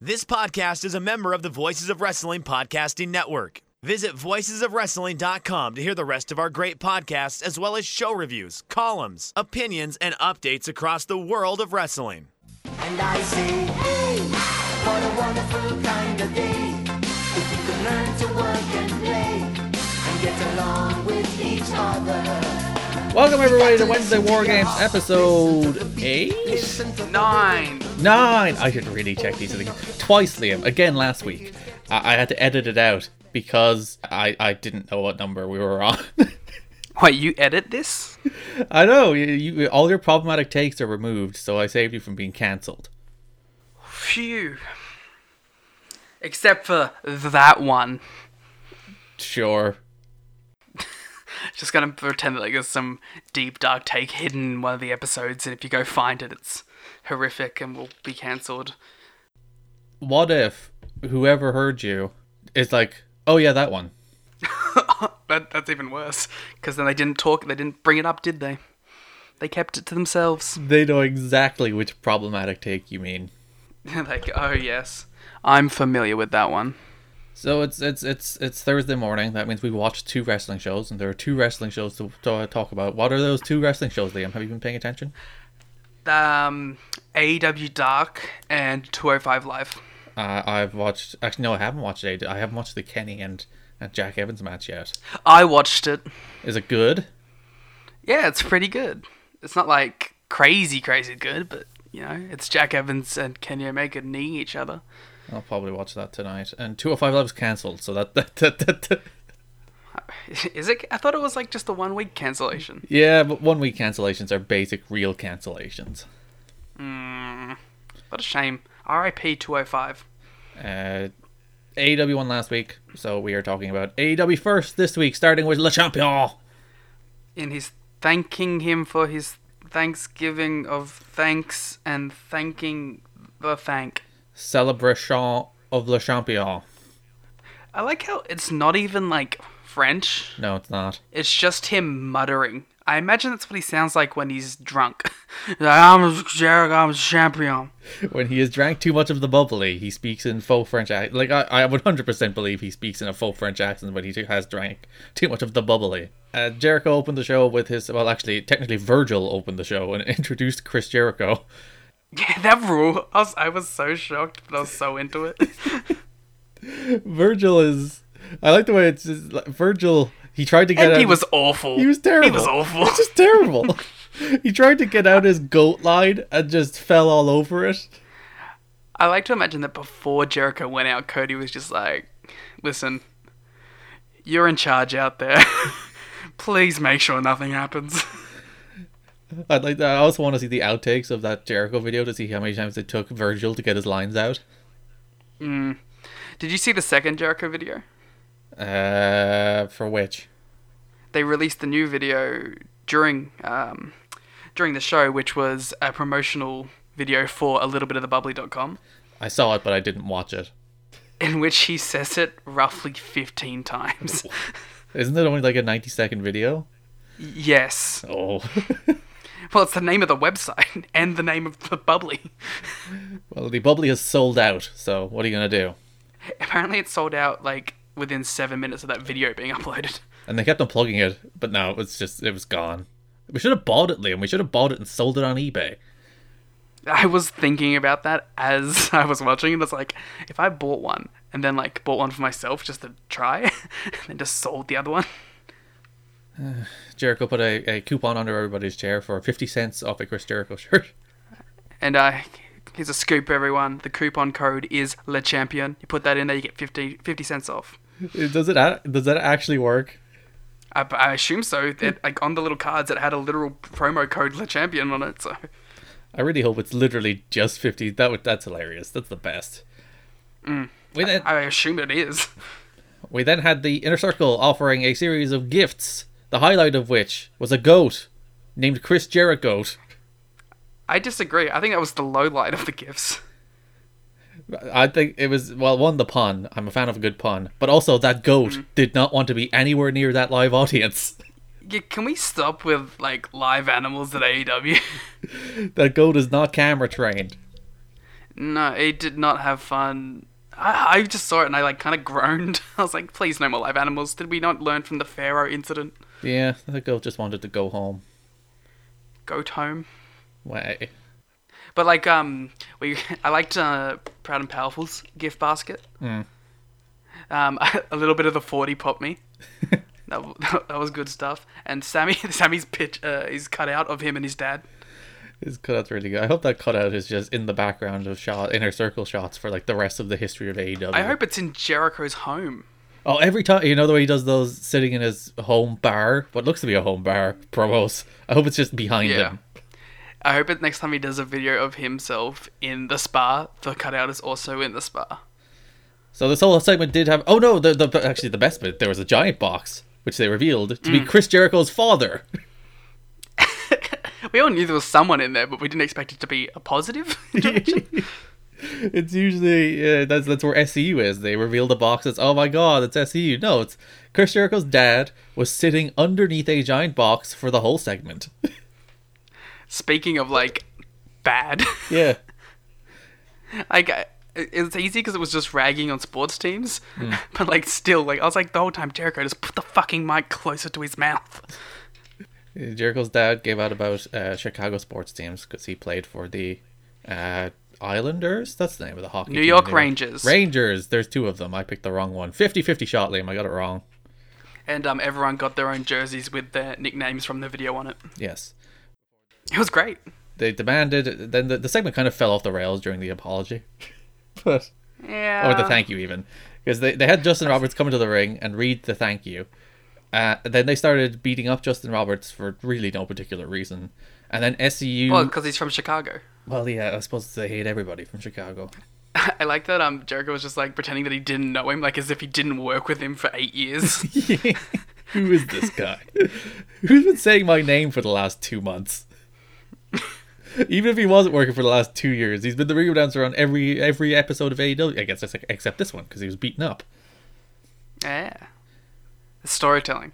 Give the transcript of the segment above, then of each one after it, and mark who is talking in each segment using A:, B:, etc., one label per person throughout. A: This podcast is a member of the Voices of Wrestling Podcasting Network. Visit voicesofwrestling.com to hear the rest of our great podcasts, as well as show reviews, columns, opinions, and updates across the world of wrestling.
B: And I say, hey, what a wonderful kind of day. If we could learn to work and play and get along with each other.
C: Welcome everybody to Wednesday War Games episode eight,
B: Listen to
D: Nine.
C: nine. I should really check these things twice, Liam. Again last week, I, I had to edit it out because I I didn't know what number we were on.
D: Wait, you edit this?
C: I know you, you all your problematic takes are removed, so I saved you from being cancelled.
D: Phew. Except for that one.
C: Sure.
D: Just gonna pretend that like, there's some deep dark take hidden in one of the episodes, and if you go find it, it's horrific and will be cancelled.
C: What if whoever heard you is like, oh yeah, that one.
D: That, that's even worse, because then they didn't talk, they didn't bring it up, did they? They kept it to themselves.
C: They know exactly which problematic take you mean.
D: like, oh yes, I'm familiar with that one.
C: So it's it's it's it's Thursday morning. That means we watched two wrestling shows, and there are two wrestling shows to, to talk about. What are those two wrestling shows, Liam? Have you been paying attention?
D: Um, AEW Dark and 205 Live.
C: Uh, I've watched. Actually, no, I haven't watched it. I haven't watched the Kenny and, and Jack Evans match yet.
D: I watched it.
C: Is it good?
D: Yeah, it's pretty good. It's not like crazy, crazy good, but you know, it's Jack Evans and Kenny Omega kneeing each other.
C: I'll probably watch that tonight. And two hundred five Live is cancelled, so that, that, that, that, that-
D: Is it? I thought it was like just a one week cancellation.
C: yeah. But one week cancellations are basic, real cancellations.
D: What a shame. R.I.P. 205.
C: Uh, AEW won last week, so we are talking about AEW first this week, starting with Le Champion.
D: In his thanking him for his Thanksgiving of thanks and thanking the thank.
C: Celebration of Le Champion.
D: I like how it's not even like French.
C: No, it's not.
D: It's just him muttering. I imagine that's what he sounds like when he's drunk. Like, I'm Jericho, I'm champion.
C: When he has drank too much of the bubbly, he speaks in full French accent. Like, I, I would 100% believe he speaks in a full French accent when he too- has drank too much of the bubbly. Uh, Jericho opened the show with his. Well, actually, technically, Virgil opened the show and introduced Chris Jericho.
D: Yeah, that rule. I was, I was so shocked, but I was so into it.
C: Virgil is. I like the way it's just. Like, Virgil, he tried to get
D: and
C: out.
D: he was awful.
C: He was terrible.
D: He was awful.
C: It's just terrible. he tried to get out his goat line and just fell all over it.
D: I like to imagine that before Jericho went out, Cody was just like, listen, you're in charge out there. Please make sure nothing happens.
C: I'd like that. I also want to see the outtakes of that Jericho video to see how many times it took Virgil to get his lines out.
D: Did you see the second Jericho video?
C: Uh, for which?
D: They released the new video during um, during the show, which was a promotional video for a little bit of the bubbly.com,
C: I saw it, but I didn't watch it.
D: in which he says it roughly 15 times.
C: Isn't it only like a 90 second video?
D: yes.
C: Oh.
D: Well, it's the name of the website and the name of the bubbly.
C: well, the bubbly has sold out, so what are you going to do?
D: Apparently, it sold out like within seven minutes of that video being uploaded.
C: And they kept on plugging it, but no, it was just, it was gone. We should have bought it, Liam. We should have bought it and sold it on eBay.
D: I was thinking about that as I was watching it. It's like if I bought one and then like bought one for myself just to try, and then just sold the other one.
C: Jericho put a, a coupon under everybody's chair for 50 cents off a Chris Jericho shirt.
D: And uh, here's a scoop, everyone. The coupon code is Le Champion. You put that in there, you get 50, 50 cents off.
C: Does it, a- does that actually work?
D: I, I assume so. It, like on the little cards, it had a literal promo code Le Champion on it. So
C: I really hope it's literally just 50. That would, that's hilarious. That's the best. We then
D: I assume it is.
C: we then had the inner circle offering a series of gifts. The highlight of which was a goat named Chris Jericho.
D: I disagree. I think that was the low light of the gifts.
C: I think it was well one the pun. I'm a fan of a good pun, but also that goat did not want to be anywhere near that live audience.
D: Yeah, can we stop with E like live animals at AEW?
C: That goat is not camera trained.
D: No, it did not have fun. I, I just saw it and I like kind of groaned. I was like, please, no more live animals. Did we not learn from the Pharaoh incident?
C: Yeah, the girl just wanted to go home.
D: Goat home.
C: Wait.
D: But like, um, we I liked uh, Proud and Powerful's gift basket. Um, a little bit of the forty pop me. that, w- that was good stuff. And Sammy, Sammy's pitch uh, is cut out of him and his dad.
C: His cutout's really good. I hope that cutout is just in the background of shot inner circle shots for like the rest of the history of E AEW.
D: I hope it's in Jericho's home.
C: Oh, every time you know the way he does those sitting in his home bar, what looks to be a home bar promos. I hope it's just behind
D: Yeah.
C: him.
D: I hope that next time he does a video of himself in the spa, the cutout is also in the spa.
C: So this whole segment did have. Oh no, the, the actually the best bit there was a giant box which they revealed to be Chris Jericho's father.
D: We all knew there was someone in there, but we didn't expect it to be a positive.
C: It's usually uh, that's that's where SCU is. They reveal the box. It's oh my god, it's SCU. No, it's Chris Jericho's dad was sitting underneath a giant box for the whole segment.
D: Speaking of like bad,
C: Yeah,
D: like I- it's easy because it was just ragging on sports teams,
C: Hmm.
D: but like still, like I was like the whole time Jericho just put the fucking mic closer to his mouth.
C: Jericho's dad gave out about uh, Chicago sports teams because he played for the uh, Islanders. That's the name of the hockey.
D: New
C: team.
D: York
C: They were-
D: Rangers.
C: Rangers. There's two of them. I picked the wrong one. 50-50 shot, Liam. I got it wrong.
D: And um, everyone got their own jerseys with their nicknames from the video on it.
C: Yes.
D: It was great.
C: They demanded. Then the, the segment kind of fell off the rails during the apology, but.
D: Yeah.
C: or the thank you even because they, they had justin roberts come into the ring and read the thank you uh, then they started beating up justin roberts for really no particular reason and then SCU.
D: Well,
C: Well,
D: because he's from Chicago.
C: yeah, I suppose they hate everybody from Chicago.
D: I like that um Jericho was just like pretending that he didn't know him, like as if he didn't work with him for eight years.
C: Who is this guy? Who's been saying my name for the last two months? Even if he wasn't working for the last two years, he's been the ring announcer on every every episode of AEW. I guess that's like, except this one because he was beaten up.
D: yeah. Storytelling.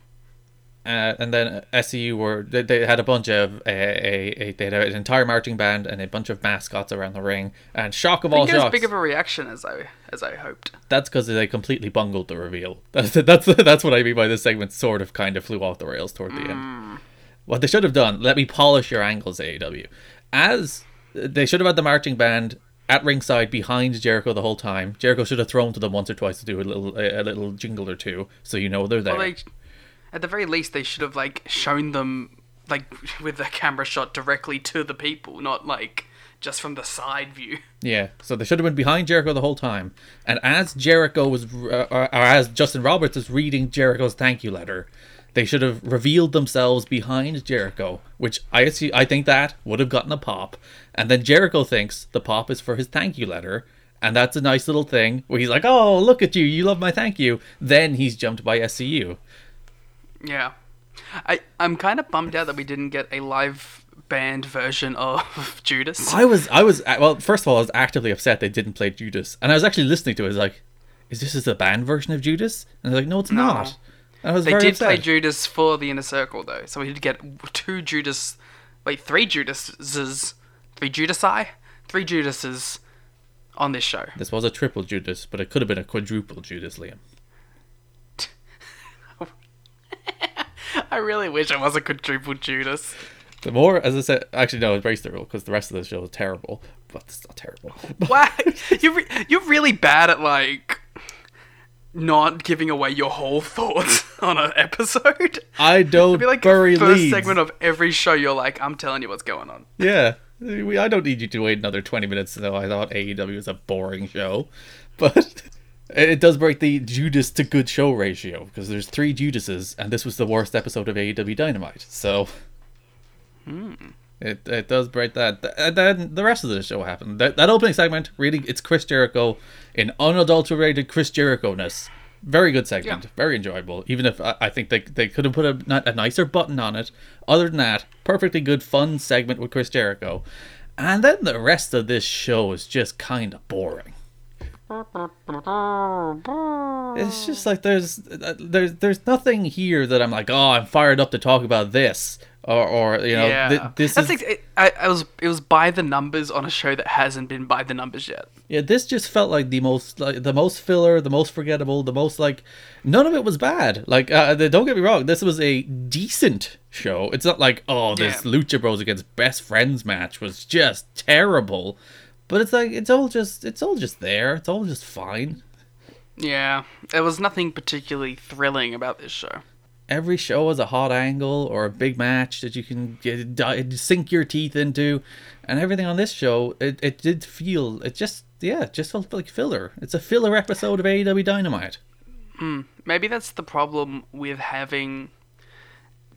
C: uh, and then uh, SCU were they, they had a bunch of uh, a, a they had an entire marching band and a bunch of mascots around the ring and shock of all
D: Didn't get as
C: shocks
D: big of a reaction as I as I hoped.
C: that's because they completely bungled the reveal that's that's that's what I mean by this segment sort of kind of flew off the rails toward the end
D: Mm.
C: what they should have done let me polish your angles AEW as they should have had the marching band at ringside behind Jericho the whole time Jericho should have thrown to them once or twice to do a little a, a little jingle or two so you know they're there
D: Well, they, at the very least, they should have like shown them like with the camera shot directly to the people, not like just from the side view.
C: Yeah, so they should have been behind Jericho the whole time. And as Jericho was, uh, or as Justin Roberts is reading Jericho's thank you letter, they should have revealed themselves behind Jericho, which I see. I think that would have gotten a pop. And then Jericho thinks the pop is for his thank you letter, and that's a nice little thing where he's like, "Oh, look at you! You love my thank you." Then he's jumped by SCU.
D: Yeah, I I'm kind of bummed out that we didn't get a live band version of Judas.
C: I was, I was, uh, well, first of all, I was actively upset they didn't play Judas. And I was actually listening to it, I was like, is this is the band version of Judas? And I was like, no, it's not. And I was
D: They
C: very
D: did
C: upset.
D: play Judas for the inner circle though, so we did get two Judas, wait three Judases, three Judasi, three Judases on this show.
C: This was a triple Judas, but it could have been a quadruple Judas, Liam.
D: I really wish I was a quadruple Judas.
C: The more, as I said, actually, no, embrace the rule because the rest of the show is terrible, but it's not terrible.
D: Why? You're, re- you're really bad at, like, not giving away your whole thoughts on an episode.
C: I don't
D: Be like
C: bury
D: the first
C: leads.
D: segment of every show, you're like, I'm telling you what's going on.
C: yeah, we, I don't need you to wait another 20 minutes, though. I thought AEW was a boring show, but it does break the Judas to good show ratio because there's three Judases, and this was the worst episode of AEW Dynamite, so. It, it does break that. Th- And then the rest of the show happened. That, that opening segment, really, it's Chris Jericho in unadulterated Chris Jericho ness. Very good segment.
D: Yeah.
C: Very enjoyable. Even if I, I think they, they could have put a, not a nicer button on it. Other than that, perfectly good, fun segment with Chris Jericho. And then the rest of this show is just kind of boring. It's "Oh, just like there's uh, there's there's nothing here that I'm like, oh, I'm fired up to talk about this. or or you know
D: yeah,
C: th- this
D: that's
C: is
D: ex- it, I, I was it was by the numbers on a show that hasn't been by the numbers yet.
C: yeah this just felt like the most like the most filler, the most forgettable, the most like none of it was bad. Like uh, the- don't get me wrong, this was a decent show. It's not like oh this
D: Yeah.
C: Lucha Bros against Best Friends match was just terrible, but it's like it's all just it's all just there. It's all just fine.
D: Yeah, there was nothing particularly thrilling about this show.
C: every show has a hot angle or a big match that you can get, di- sink your teeth into and everything on this show it, it did feel it just yeah it just felt like filler it's a filler episode of AEW Dynamite
D: Maybe that's the problem with having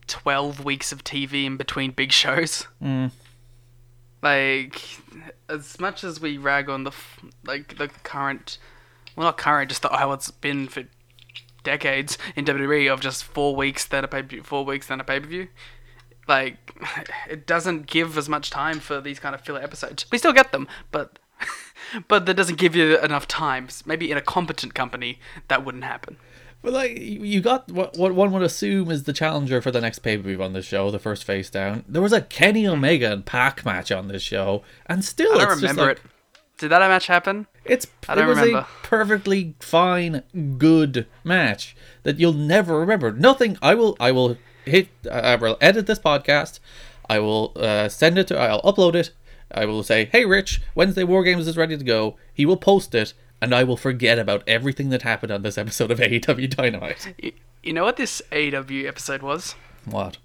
D: twelve weeks of TV in between big shows. Like, as much as we rag on the f- like the current, well, not current, just the, how it's been for decades in WWE of just four weeks then a pay per view, four weeks then a pay per view. Like, it doesn't give as much time for these kind of filler episodes. We still get them, but but that doesn't give you enough time. Maybe in a competent company, that wouldn't happen.
C: but like you you got what, what one would assume is the challenger for the next pay-per-view on this show the first face down there was a Kenny Omega and Pac match on this show and still
D: I don't
C: it's just
D: remember
C: like-
D: it. Did that match happen?
C: It's
D: I don't
C: it was
D: remember.
C: a perfectly fine, good match that you'll never remember. Nothing. I will. I will hit. I will edit this podcast. I will uh, send it to. I'll upload it. I will say, "Hey, Rich, Wednesday War Games is ready to go." He will post it, and I will forget about everything that happened on this episode of AEW Dynamite.
D: You, you know what this AEW episode was?
C: What?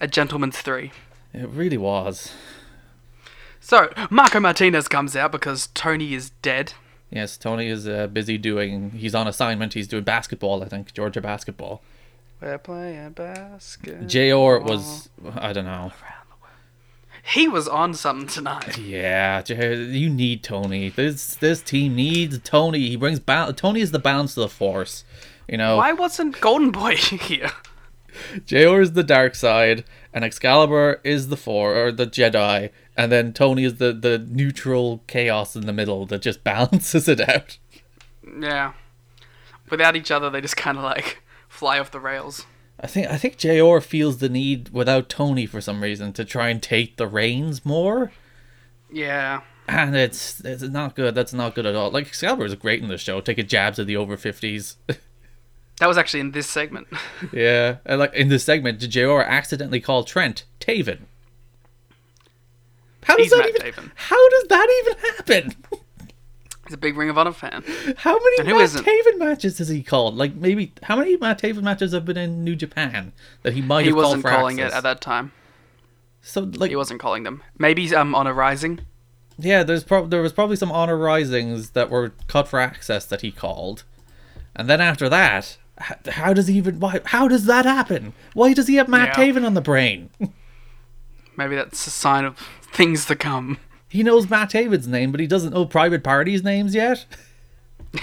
D: A Gentleman's Three.
C: It really was.
D: So, Marco Martinez comes out because Tony is dead.
C: Yes, Tony is uh, busy doing. He's on assignment. He's doing basketball. I think Georgia basketball.
D: We're playing basketball.
C: Jor was. I don't know.
D: he was on something tonight.
C: Yeah, Jer- you need Tony. This this team needs Tony. He brings bal Tony is the balance to the force. You know,
D: Why wasn't Golden Boy here?
C: Jor is the dark side, and Excalibur is the four or the Jedi, and then Tony is the the neutral chaos in the middle that just balances it out.
D: Yeah. Without each other, they just kind of like fly off the rails.
C: I think I think Jor feels the need without Tony for some reason to try and take the reins more.
D: Yeah.
C: and it's it's not good. That's not good at all. Like Excalibur is great in this show, taking jabs at the over fifties.
D: That was actually in this segment.
C: yeah, and like in this segment, did Jr. accidentally call Trent Taven? How does
D: He's
C: that
D: Matt
C: even?
D: Taven.
C: How does that even happen?
D: He's a big Ring of Honor fan.
C: How many
D: And who
C: Matt
D: isn't?
C: Taven matches has he called? Like maybe how many Matt Taven matches have been in New Japan that he might
D: He
C: have
D: wasn't
C: called for
D: calling
C: access?
D: it at that time.
C: So like
D: He wasn't calling them. Maybe um on a rising.
C: Yeah, there's prob- there was probably some honor risings that were cut for access that he called, and then after that, h- how does he even why how does that happen? Why does he have Matt
D: Yeah.
C: Taven on the brain?
D: Maybe that's a sign of things to come.
C: he knows Matt Taven's name, but he doesn't know private parties' names yet.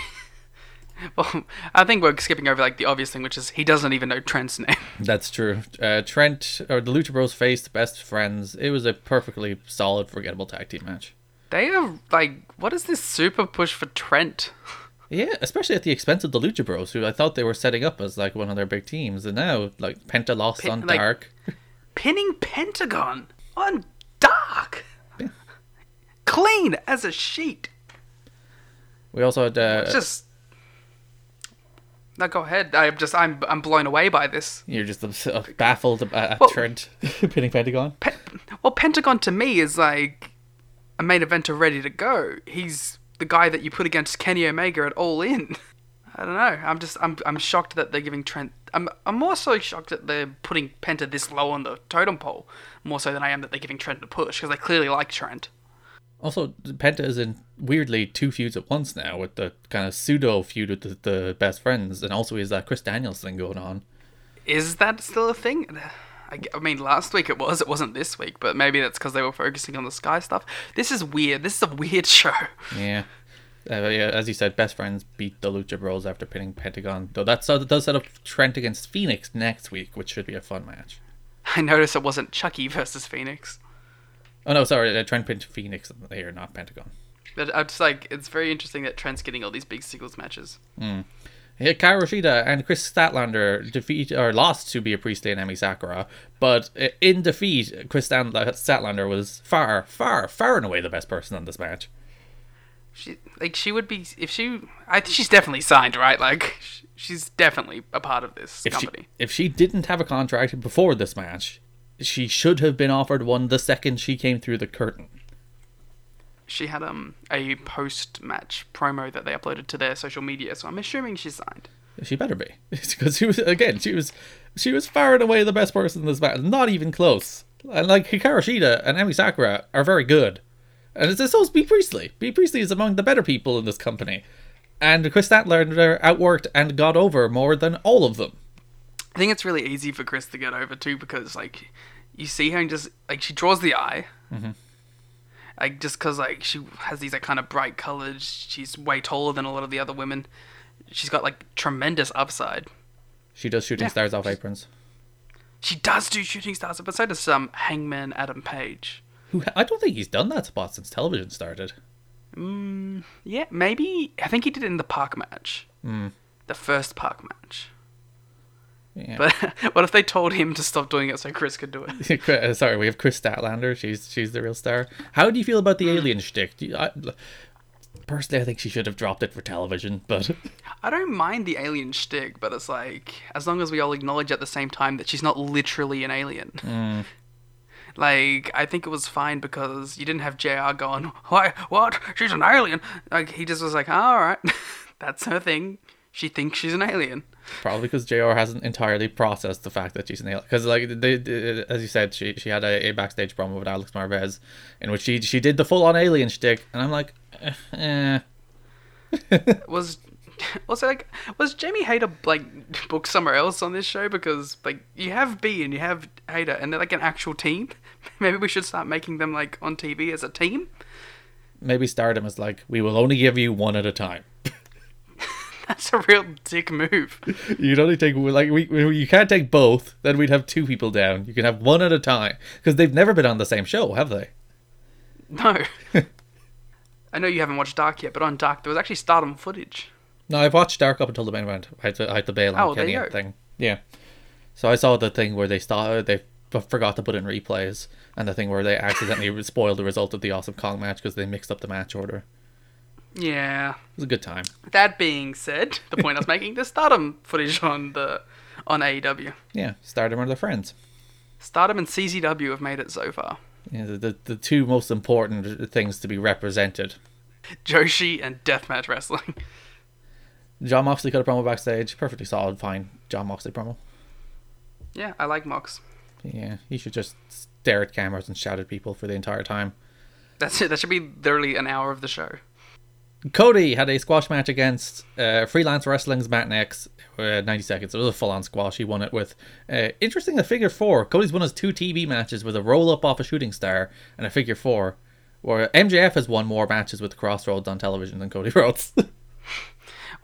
D: Well, I think we're skipping over like the obvious thing, which is he doesn't even know Trent's name.
C: That's true. Uh, Trent or the Lucha Bros faced best friends. It was a perfectly solid, forgettable tag team match.
D: They are like, what is this super push for Trent?
C: Yeah, especially at the expense of the Lucha Bros, who I thought they were setting up as like one of their big teams, and now like Penta lost
D: Pe-
C: on
D: like-
C: Dark.
D: Pinning Pentagon on Dark, clean as a sheet.
C: We also had uh,
D: Just no, go ahead. I'm just, I'm, I'm blown away by this.
C: You're just obs- uh, baffled ab- at
D: Well-
C: Trent pinning Pentagon.
D: Pe- well, Pentagon to me is like a main eventer ready to go. He's the guy that you put against Kenny Omega at All In. I don't know. I'm just I'm I'm shocked that they're giving Trent. I'm I'm more so shocked that they're putting Penta this low on the totem pole, more so than I am that they're giving Trent a push because they clearly like Trent.
C: Also, Penta is in weirdly two feuds at once now with the kind of pseudo feud with the, the best friends, and also is that Chris Daniels thing going on.
D: Is that still a thing? uh, I, g- I mean, last week it was. It wasn't this week, but maybe that's because they were focusing on the Sky stuff. This is weird. This is a weird show.
C: Yeah. Uh, but yeah, as you said, best friends beat the Lucha Bros after pinning Pentagon. Though that so- that does set up Trent against Phoenix next week, which should be a fun match.
D: I noticed it wasn't Chucky versus Phoenix.
C: Oh no, sorry, uh, Trent pinned Phoenix uh, here, not Pentagon.
D: But I'm just like, it's very interesting that Trent's getting all these big singles matches.
C: Hikaru Shida and Chris Statlander defeat or lost to be a Priestley and Emi Sakura, but i- in defeat, Chris Stan- Statlander was far, far, far and away the best person in this match.
D: She like she would be if she. I think she's definitely signed, right? Like sh- she's definitely a part of this
C: If she,
D: company.
C: if she didn't have a contract before this match, she should have been offered one the second she came through the curtain.
D: she had um a post match promo that they uploaded to their social media, so I'm assuming she signed.
C: She better be, because she was again. She was, she was far and away the best person in this match. Not even close. And like Hikaru Shida and Emi Sakura are very good, and it's so is B Priestley. B Priestley is among the better people in this company, and Chris Statlander outworked and got over more than all of them.
D: I think it's really easy for Chris to get over too because like you see her and just like she draws the eye. Mm-hmm. Like just because like she has these like kind of bright colors, she's way taller than a lot of the other women. She's got like tremendous upside.
C: She does shooting
D: Yeah.
C: stars off aprons.
D: She does do shooting stars, but so does um Hangman Adam Page.
C: Who I don't think he's done that spot since television started.
D: Yeah, maybe I think he did it in the park match. Mm. The first park match.
C: Yeah.
D: But what if they told him to stop doing it so Chris could do it?
C: Chris- Sorry, we have Chris Statlander. She's she's the real star. How do you feel about the alien shtick? Do you, I, personally, I think she should have dropped it for television, but.
D: I don't mind the alien shtick, but it's like as long as we all acknowledge at the same time that she's not literally an alien. Like I think it was fine because you didn't have Jr. going, "Why? What? She's an alien!" Like he just was like, "All right, that's her thing. She thinks she's an alien."
C: Probably because Jr. hasn't entirely processed the fact that she's an alien. Because like they, they- as you said, she she had a, a backstage promo with Alex Marvez, in which she she did the full on alien shtick, and I'm like, eh, eh.
D: was also like was Jamie Hayter like booked somewhere else on this show because like you have B and you have Hayter and they're like an actual team. Maybe we should start making them like on TV as a team.
C: maybe Stardom is like, we will only give you one at a time.
D: That's a real dick move.
C: You'd only take like we, we you can't take both. Then we'd have two people down. You can have one at a time because they've never been on the same show, have they?
D: No. I know you haven't watched Dark yet, but on Dark there was actually Stardom footage.
C: No, I've watched Dark up until the main event. I had to, I had to bail on
D: Oh, there
C: Kenny
D: you
C: and
D: go.
C: thing. Yeah. So I saw the thing where they started, they f- forgot to put in replays, and the thing where they accidentally spoiled the result of the Awesome Kong match because they mixed up the match order.
D: Yeah.
C: It was a good time.
D: That being said, the point I was making, there's Stardom footage on the on AEW.
C: Yeah, Stardom are their friends.
D: Stardom and CZW have made it so far.
C: Yeah, the, the, the two most important things to be represented.
D: Joshi and Deathmatch Wrestling.
C: John Moxley cut a promo backstage. Perfectly solid, fine John Moxley promo.
D: Yeah, I like Mox.
C: Yeah, he should just stare at cameras and shout at people for the entire time.
D: That's it. That should be literally an hour of the show.
C: Cody had a squash match against uh, Freelance Wrestling's Matt Nex. Uh, 90 seconds. It was a full on squash. He won it with. Uh, interesting, a figure four. Cody's won his two TV matches with a roll up off a shooting star and a figure four. Where MJF has won more matches with Crossroads on television than Cody Rhodes.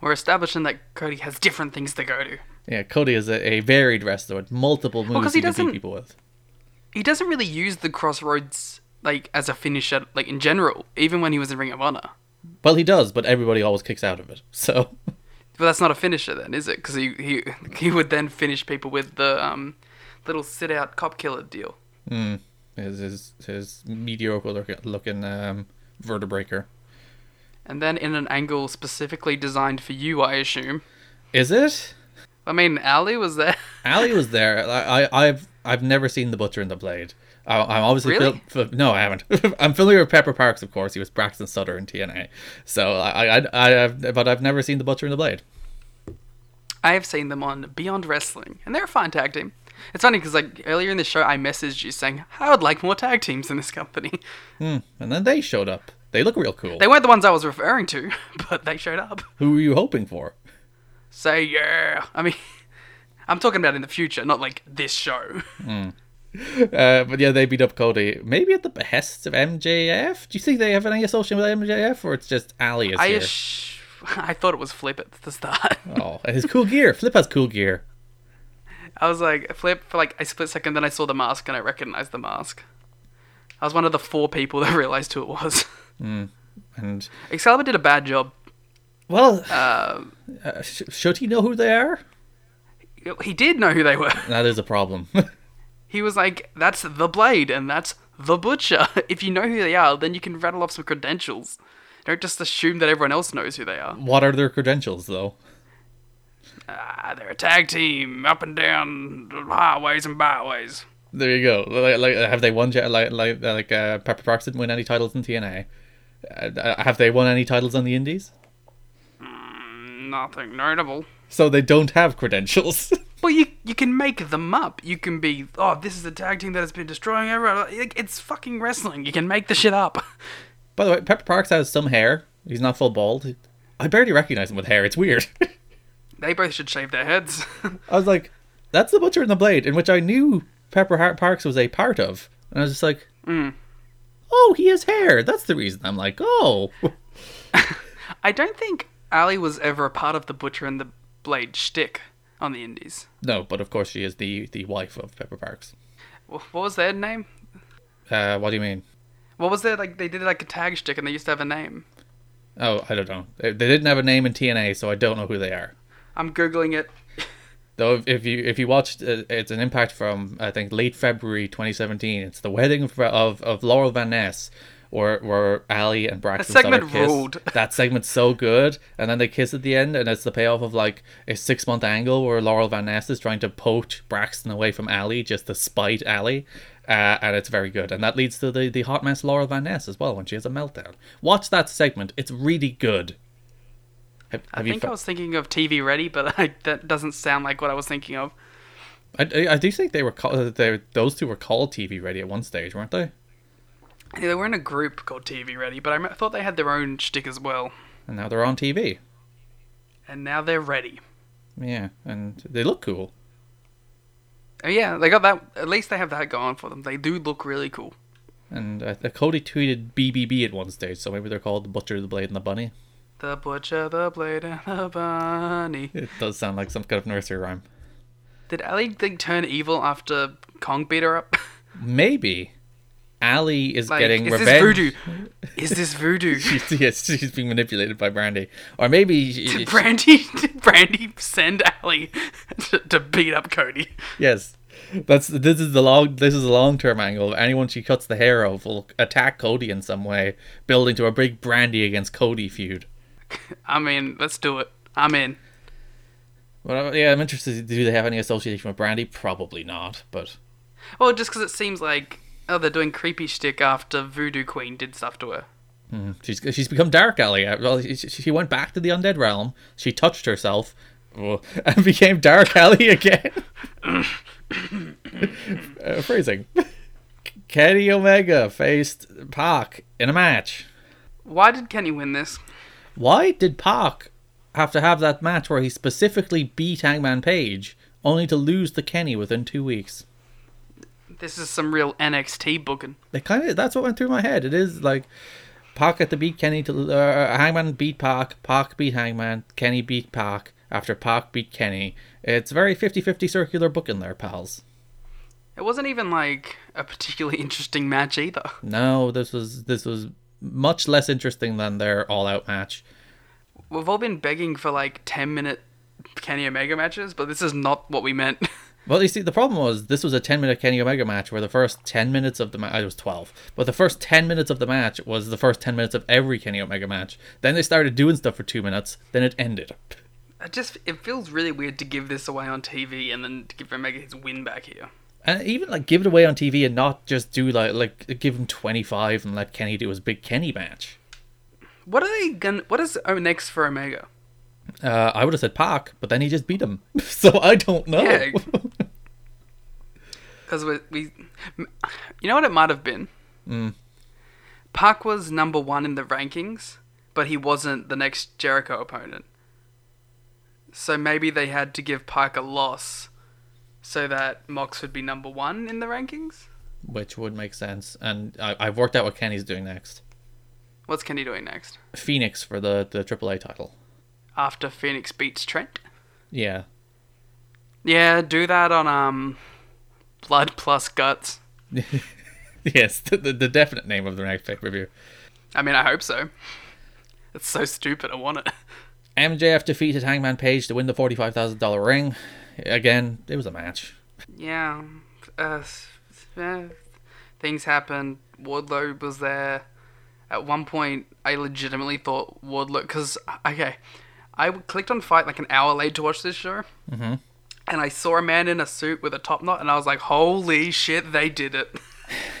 D: We're establishing that Cody has different things to go to.
C: yeah, Cody is a, a varied wrestler with multiple moves
D: 'cause
C: he,
D: he
C: can beat
D: doesn't-
C: people with.
D: He doesn't really use the crossroads like as a finisher, like in general, even when he was in Ring of Honor.
C: Well, he does, but everybody always kicks out of it. So,
D: But that's not a finisher then, is it? Because he, he he would then finish people with the um, little sit out cop killer deal.
C: his, his, his mediocre look, looking um, vertebraker.
D: And then in an angle specifically designed for you, I assume.
C: Is it?
D: I mean, Ali was there.
C: Ali was there. I, I, I've I've never seen the Butcher and the Blade. I, I'm obviously
D: Really?
C: fil- fi- no, I haven't. I'm familiar with Pepper Parks, of course. He was Braxton Sutter in TNA. So I, I, I have, but I've never seen the Butcher and the Blade.
D: I have seen them on Beyond Wrestling, and they're a fine tag team. It's funny because like earlier in the show, I messaged you saying I would like more tag teams in this company.
C: And then they showed up. They look real cool.
D: They weren't the ones I was referring to, but they showed up.
C: Who were you hoping for?
D: Say yeah. I mean, I'm talking about in the future, not like this show.
C: Uh, but yeah, they beat up Cody. Maybe at the behest of MJF. Do you think they have any association with MJF, or it's just Ali is
D: I
C: here?
D: ass- I thought it was Flip at the start.
C: oh, and his cool gear. Flip has cool gear.
D: I was like Flip for like a split second, then I saw the mask and I recognized the mask. I was one of the four people that realized who it was.
C: And
D: Excalibur did a bad job.
C: Well,
D: Um,
C: uh, sh- should he know who they are?
D: He did know who they were.
C: That is a problem.
D: He was like, "That's the Blade, and that's the Butcher. If you know who they are, then you can rattle off some credentials. Don't just assume that everyone else knows who they are.
C: what are their credentials, though?
D: Ah, they're a tag team, up and down highways and byways.
C: There you go. Like, like have they won? yet? Like, like, like uh, Pepper Parks didn't win any titles in TNA. Uh, have they won any titles on the Indies?
D: Nothing notable."
C: So they don't have credentials.
D: Well, you you can make them up. You can be, oh, this is the tag team that has been destroying everyone. Like, It's fucking wrestling. You can make the shit up.
C: By the way, Pepper Parks has some hair. He's not full bald. I barely recognize him with hair. It's weird.
D: They both should shave their heads.
C: I was like, "That's the Butcher and the Blade," in which I knew Pepper Har- Parks was a part of, and I was just like, "Oh, he has hair. That's the reason." I'm like, "Oh,
D: I don't think Ali was ever a part of the Butcher and the Blade shtick on the Indies.
C: no," but of course she is the the wife of Pepper Parks.
D: Wh- What was their name?
C: Uh, what do you mean?
D: What was their like? They did like a tag shtick, and they used to have a name.
C: Oh, I don't know. They they didn't have a name in TNA, so I don't know who they are.
D: I'm googling it.
C: Though if, if you if you watched, uh, it's an impact from I think late February 2017. It's the wedding of of, of Laurel Van Ness, where where Ali and Braxton Summer
D: segment
C: kiss.
D: ruled.
C: That segment's so good, and then they kiss at the end, and it's the payoff of like a six month angle where Laurel Van Ness is trying to poach Braxton away from Ali just to spite Ali. Uh, and it's very good, and that leads to the, the hot mess Laurel Van Ness as well when she has a meltdown. Watch that segment; it's really good. Have,
D: I
C: have
D: think
C: fo-
D: I was thinking of TV Ready, but like that doesn't sound like what I was thinking of.
C: I, I- I do think they were called. They those two were called TV ready at one stage, weren't they?
D: Yeah, they were in a group called TV Ready, but I me- thought they had their own shtick as well.
C: And now they're on TV.
D: And now they're ready.
C: Yeah, and they look cool.
D: Oh, yeah, they got that. At least they have that going for them. They do look really cool.
C: And uh, Cody tweeted BBB at one stage, so maybe they're called the Butcher, the Blade, and the Bunny.
D: The butcher, the blade, and the bunny.
C: It does sound like some kind of nursery rhyme.
D: Did Ali like, turn evil after Kong beat her up?
C: Maybe Ali is
D: like,
C: getting
D: is
C: revenge.
D: this voodoo? Is this voodoo?
C: yes, she's being manipulated by Brandy, or maybe she- she-
D: did Brandy, did Brandy send Ali to, to beat up Cody?
C: yes. That's this is the long this is the long term angle. Anyone she cuts the hair of will attack Cody in some way, building to a big Brandy against Cody feud.
D: I'm in. Let's do it. I'm in.
C: Well, uh, yeah, I'm interested. Do they have any association with Brandy? Probably not. But
D: Well, just because it seems like oh, they're doing creepy shtick after Voodoo Queen did stuff to her.
C: she's she's become Dark Alley. Uh, Well, she, she went back to the undead realm. She touched herself oh, and became Dark Alley again. uh, phrasing. Kenny Omega faced Pac in a match.
D: Why did Kenny win this?
C: Why did Pac have to have that match where he specifically beat Hangman Page, only to lose to Kenny within two weeks?
D: This is some real NXT booking.
C: It kind of that's what went through my head. It is like Pac had to beat Kenny to uh, Hangman beat Pac, Pac beat Hangman, Kenny beat Pac after Pac beat Kenny. It's very 50-50 circular book in there, pals.
D: It wasn't even like a particularly interesting match either.
C: No, this was this was much less interesting than their all out match.
D: We've all been begging for like 10 minute Kenny Omega matches, but this is not what we meant.
C: Well, you see, the problem was this was a 10 minute Kenny Omega match where the first 10 minutes of the match, it was 12, but the first 10 minutes of the match was the first 10 minutes of every Kenny Omega match. Then they started doing stuff for two minutes, then it ended.
D: I just it feels really weird to give this away on TV and then to give Omega his win back here.
C: and even like give it away on TV and not just do like like give him twenty five and let Kenny do his big Kenny match.
D: What are they gonna? What is uh, next for Omega?
C: Uh, I would have said Pac, but then he just beat him, so I don't know.
D: Yeah. Because we, we, you know what it might have been. Mm. Park was number one in the rankings, but he wasn't the next Jericho opponent. So maybe they had to give Park a loss, so that Mox would be number one in the rankings.
C: Which would make sense, and I, I've worked out what Kenny's doing next.
D: What's Kenny doing next?
C: Phoenix for the the AAA title.
D: After Phoenix beats Trent.
C: Yeah,
D: Yeah, do that on um, Blood Plus Guts.
C: yes, the, the, the definite name of the next pay per view.
D: I mean, I hope so. It's so stupid. I want it.
C: MJF defeated Hangman Page to win the $45,000 ring. Again, it was a match.
D: Yeah. Uh, s- eh, things happened. Wardlow was there. At one point, I legitimately thought Wardlow. Because, okay, I w- clicked on Fight like an hour late to watch this show. Mm-hmm. And I saw a man in a suit with a top knot, and I was like, holy shit, they did it.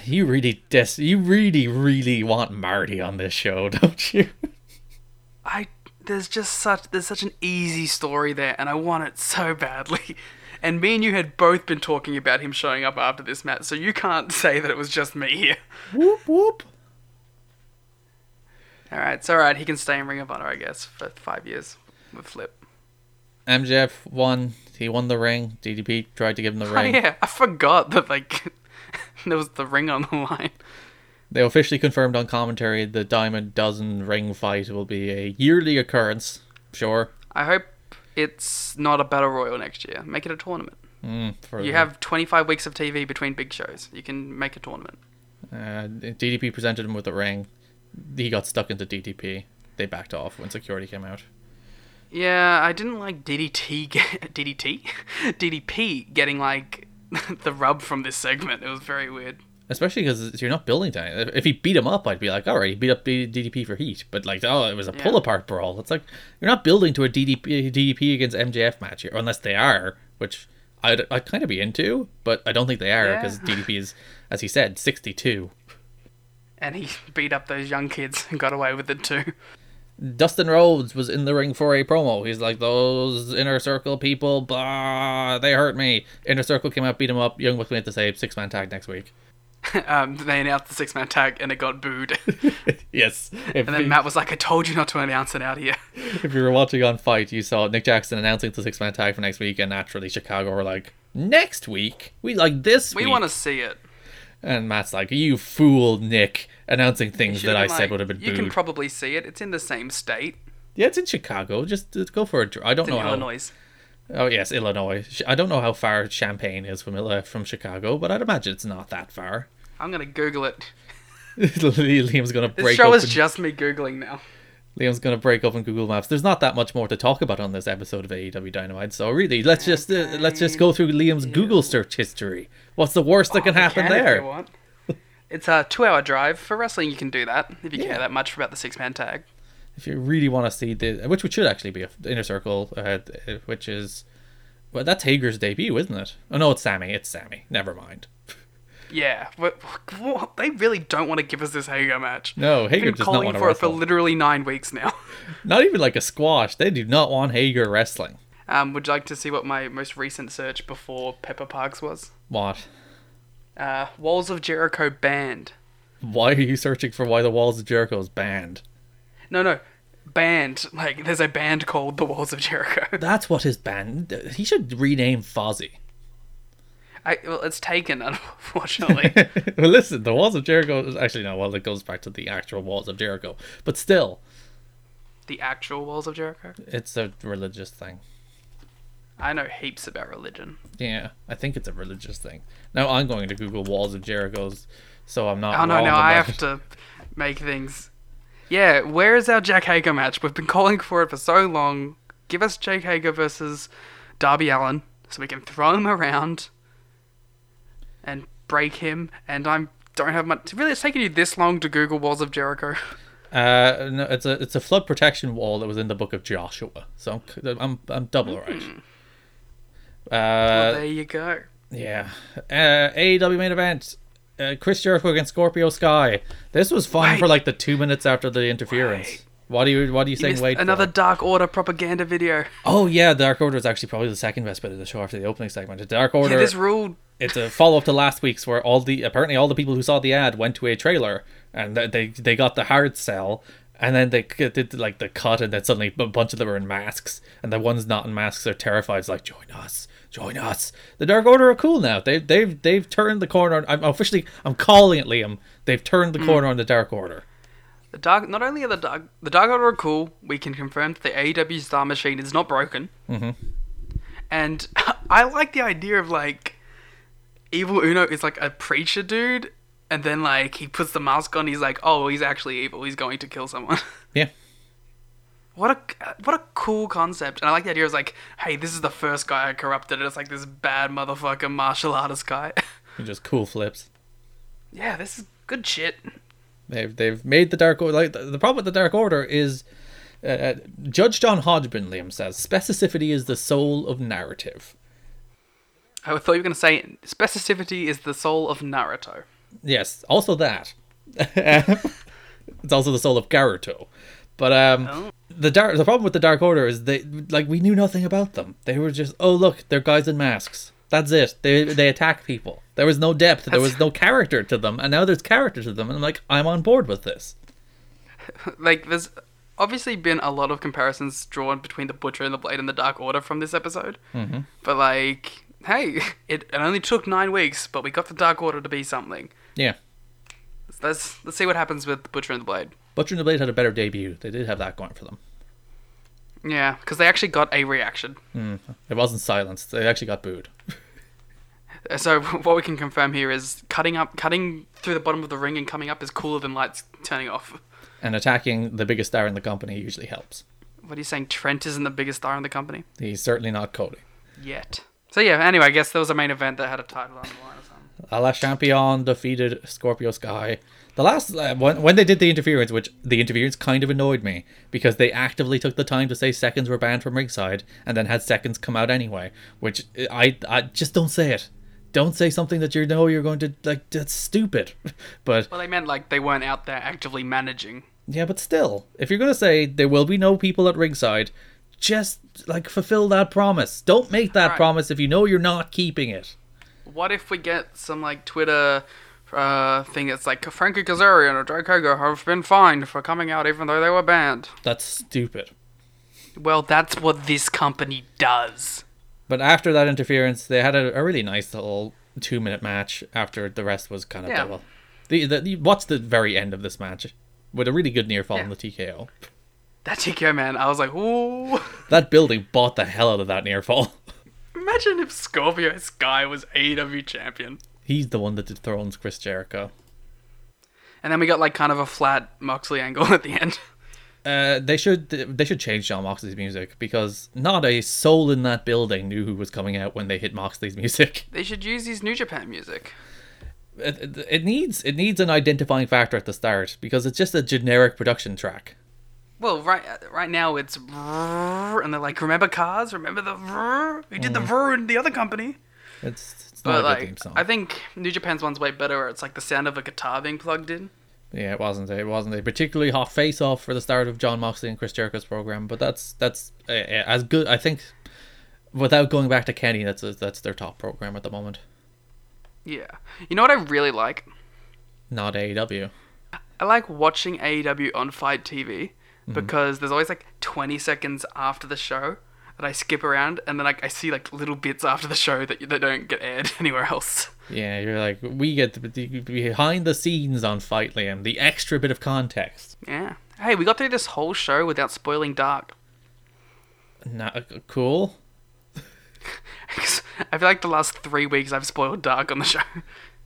C: You really dis- you really really want Marty on this show, don't you?
D: I. There's just such there's such an easy story there, and I want it so badly. And me and you had both been talking about him showing up after this match, so you can't say that it was just me here.
C: whoop whoop.
D: All right, it's all right. He can stay in Ring of Honor, I guess, for five years with Flip.
C: MJF won. He won the ring. DDP tried to give him the
D: Oh
C: ring.
D: yeah, I forgot that like there was the ring on the line.
C: They officially confirmed on commentary the Diamond Dozen ring fight will be a yearly occurrence. Sure.
D: I hope it's not a battle royal next year. Make it a tournament.
C: Mm, For
D: You
C: the-
D: have 25 weeks of TV between big shows. You can make a tournament.
C: uh, DDP presented him with the ring. He got stuck into DDP. They backed off when security came out.
D: Yeah, I didn't like DDT get, DDT DDP getting like the rub from this segment. It was very weird.
C: Especially because you're not building to anything. If he beat him up, I'd be like, all right, he beat up D- DDP for heat. But like, oh, it was a pull apart brawl. It's like you're not building to a DDP DDP against MJF match here, unless they are, which I'd, I'd kind of be into, but I don't think they are
D: Yeah.
C: because DDP is, as he said, 62.
D: And he beat up those young kids and got away with it too.
C: Dustin Rhodes was in the ring for a promo. He's like, those inner circle people, blah, they hurt me. Inner circle came out, beat him up. Young Bucks made the save. Six man tag next week.
D: Um, they announced the six man tag and it got booed.
C: Yes. If,
D: And then
C: you-
D: Matt was like, I told you not to announce it out here.
C: if you were watching on Fight, you saw Nick Jackson announcing the six man tag for next week, and naturally Chicago were like, next week? We like this
D: We
C: week.
D: want to see it.
C: And Matt's like, you fool, Nick, announcing things that I
D: Should've
C: said
D: like,
C: would have been
D: You
C: booed.
D: can probably see it. It's in the same state.
C: yeah, it's in Chicago. Just uh, go for a dr- I don't
D: It's
C: know
D: in
C: how.
D: Illinois.
C: Oh yes, Illinois. Sh- I don't know how far Champagne is from Ill- uh, from Chicago, but I'd imagine it's not that far.
D: I'm gonna Google it.
C: Liam's gonna
D: This
C: break
D: show
C: open.
D: is just me googling now.
C: Liam's gonna break open Google Maps. There's not that much more to talk about on this episode of AEW Dynamite, so really, let's just uh, let's just go through Liam's Google search history. What's the worst that can
D: We
C: happen
D: can if you
C: there?
D: want. It's a two-hour drive for wrestling. You can do that if you
C: Yeah.
D: care that much about the six-man tag.
C: If you really want to see the which which should actually be a the inner circle, uh, th- which is well, that's Hager's debut, isn't it? Oh no, it's Sammy. It's Sammy. Never mind.
D: Yeah, but, what- they really don't want to give us this Hager match.
C: No,
D: I've
C: Hager
D: been
C: does not
D: calling
C: want to
D: for it for
C: wrestle.
D: literally nine weeks now.
C: Not even like a squash. They do not want Hager wrestling.
D: Um, would you like to see what my most recent search before Pepper Parks was?
C: What?
D: Uh, Walls of Jericho banned.
C: Why are you searching for why the walls of Jericho is banned?
D: No, no. Band. Like, there's a band called The Walls of Jericho.
C: That's what his band. He should rename Fozzy.
D: I, well, it's taken, unfortunately.
C: well, listen, the walls of Jericho is actually no. Well, it goes back to the actual walls of Jericho, but still,
D: the actual Walls of Jericho.
C: it's a religious thing.
D: I know heaps about religion.
C: Yeah, I think it's a religious thing. Now I'm going to Google walls of Jericho's, so I'm not.
D: Oh, no,
C: wrong
D: now I
C: about
D: have
C: it.
D: to make things. Yeah, where is our Jack Hager match? We've been calling for it for so long. Give us Jake Hager versus Darby Allen so we can throw him around and break him. And I'm. Don't have much. Really, it's taken you this long to Google Walls of Jericho.
C: Uh, no, it's a it's a flood protection wall that was in the book of Joshua. So I'm c- I'm, I'm double
D: Hmm.
C: right. Uh,
D: well, there you go.
C: Yeah. Uh, AEW main event. Uh, Chris Jericho against Scorpio Sky. This was fun
D: Wait.
C: for like the two minutes after the interference.
D: Wait.
C: Why do you why do you say
D: Missed
C: wait? for?
D: another Dark Order propaganda video.
C: Oh yeah, Dark Order is actually probably the second best bit of the show after the opening segment. The Dark Order
D: Yeah, this rule.
C: it's a follow up to last week's where all the apparently all the people who saw the ad went to a trailer and th- they they got the hard sell and then they c- did like the cut and then suddenly a bunch of them are in masks and the ones not in masks are terrified. It's like join us, join us. The Dark Order are cool now. They they've they've turned the corner. I'm officially I'm calling it Liam. They've turned the
D: Mm.
C: corner on the Dark Order.
D: The dark. Not only are the dark, the dark order are cool. We can confirm that the AEW Star Machine is not broken. Mm-hmm. And I like the idea of like, evil Uno is like a preacher dude, and then like he puts the mask on. He's like, oh, he's actually evil. He's going to kill someone.
C: Yeah.
D: what a what a cool concept, and I like the idea. It was like, hey, this is the first guy I corrupted. and It's like this bad motherfucking martial artist guy.
C: He just cool flips.
D: yeah, this is good shit.
C: They've they've made the Dark Order. Like the, the problem with the Dark Order is, uh, uh, Judge John Hodgman Liam says specificity is the soul of narrative.
D: I thought you were gonna say specificity is the soul of Naruto.
C: Yes, also that. it's also the soul of Garuto. But um, the dark the problem with the Dark Order is they like we knew nothing about them. They were just oh look, they're guys in masks. That's it. They they attack people. There was no depth. There was no character to them, and now there's character to them, and I'm like I'm on board with this.
D: Like, there's obviously been a lot of comparisons drawn between the Butcher and the Blade and the Dark Order from this episode. Mm-hmm. But like, hey, it, it only took nine weeks, but we got the Dark Order to be something.
C: Yeah,
D: Let's let's see what happens with the Butcher and the Blade.
C: Butcher and the Blade had a better debut. They did have that going for them.
D: Yeah, because they actually got a reaction.
C: It wasn't silenced. They actually got booed.
D: Uh, So what we can confirm here is cutting up, cutting through the bottom of the ring and coming up is cooler than lights turning off.
C: And attacking the biggest star in the company usually helps.
D: What are you saying? Trent isn't the biggest star in the company
C: He's certainly not Cody.
D: yet. So yeah. Anyway, I guess there was a main event that had a title on the line or something.
C: A La Champion defeated Scorpio Sky. The last uh, when when they did the interference, which the interference kind of annoyed me because they actively took the time to say seconds were banned from ringside and then had seconds come out anyway. Which uh, I I just don't say it. Don't say something that you know you're going to like. That's stupid. But
D: Well, they meant like they weren't out there actively managing.
C: yeah, but still, if you're gonna say there will be no people at ringside, just like fulfill that promise. Don't make that
D: Right.
C: promise if you know you're not keeping it.
D: What if we get some like Twitter uh, thing that's like Frankie Kazarian or Joe Kogo have been fined for coming out even though they were banned?
C: That's stupid.
D: Well, that's what this company does.
C: But after that interference, they had a, a really nice little two minute match after the rest was kind of
D: Yeah.
C: double. The, the, the, what's the very end of this match? With a really good near fall on
D: Yeah.
C: the TKO.
D: That TKO man, I was like, ooh.
C: That building bought the hell out of that near fall.
D: Imagine if Scorpio Sky was AEW champion.
C: He's the one that dethrones Chris Jericho.
D: And then we got like kind of a flat Moxley angle at the end.
C: Uh, they should they should change John Moxley's music because not a soul in that building knew who was coming out when they hit Moxley's music.
D: They should use his New Japan music.
C: It, it, it needs it needs an identifying factor at the start because it's just a generic production track.
D: Well, right uh, right now it's vrrr, and they're like, remember cars? Remember the vrrr? We did the vrrr in the other company.
C: It's, it's not
D: But
C: a good theme
D: like,
C: song.
D: I think New Japan's one's way better. Where it's like the sound of a guitar being plugged in.
C: Yeah, it wasn't. It wasn't a particularly hot face-off for the start of John Moxley and Chris Jericho's program, but that's that's uh, uh, as good. I think, without going back to Kenny, that's that's their top program at the moment.
D: Yeah. You know what I really like?
C: Not E AEW.
D: I like watching AEW on Fight TV because there's always like 20 seconds after the show that I skip around and then like I see like little bits after the show that that don't get aired anywhere else.
C: Yeah, you're like we get the, the behind the scenes on Fight Liam, the extra bit of context.
D: Yeah. Hey, we got through this whole show without spoiling Dark.
C: Not uh, cool.
D: I feel like the last three weeks I've spoiled Dark on the show.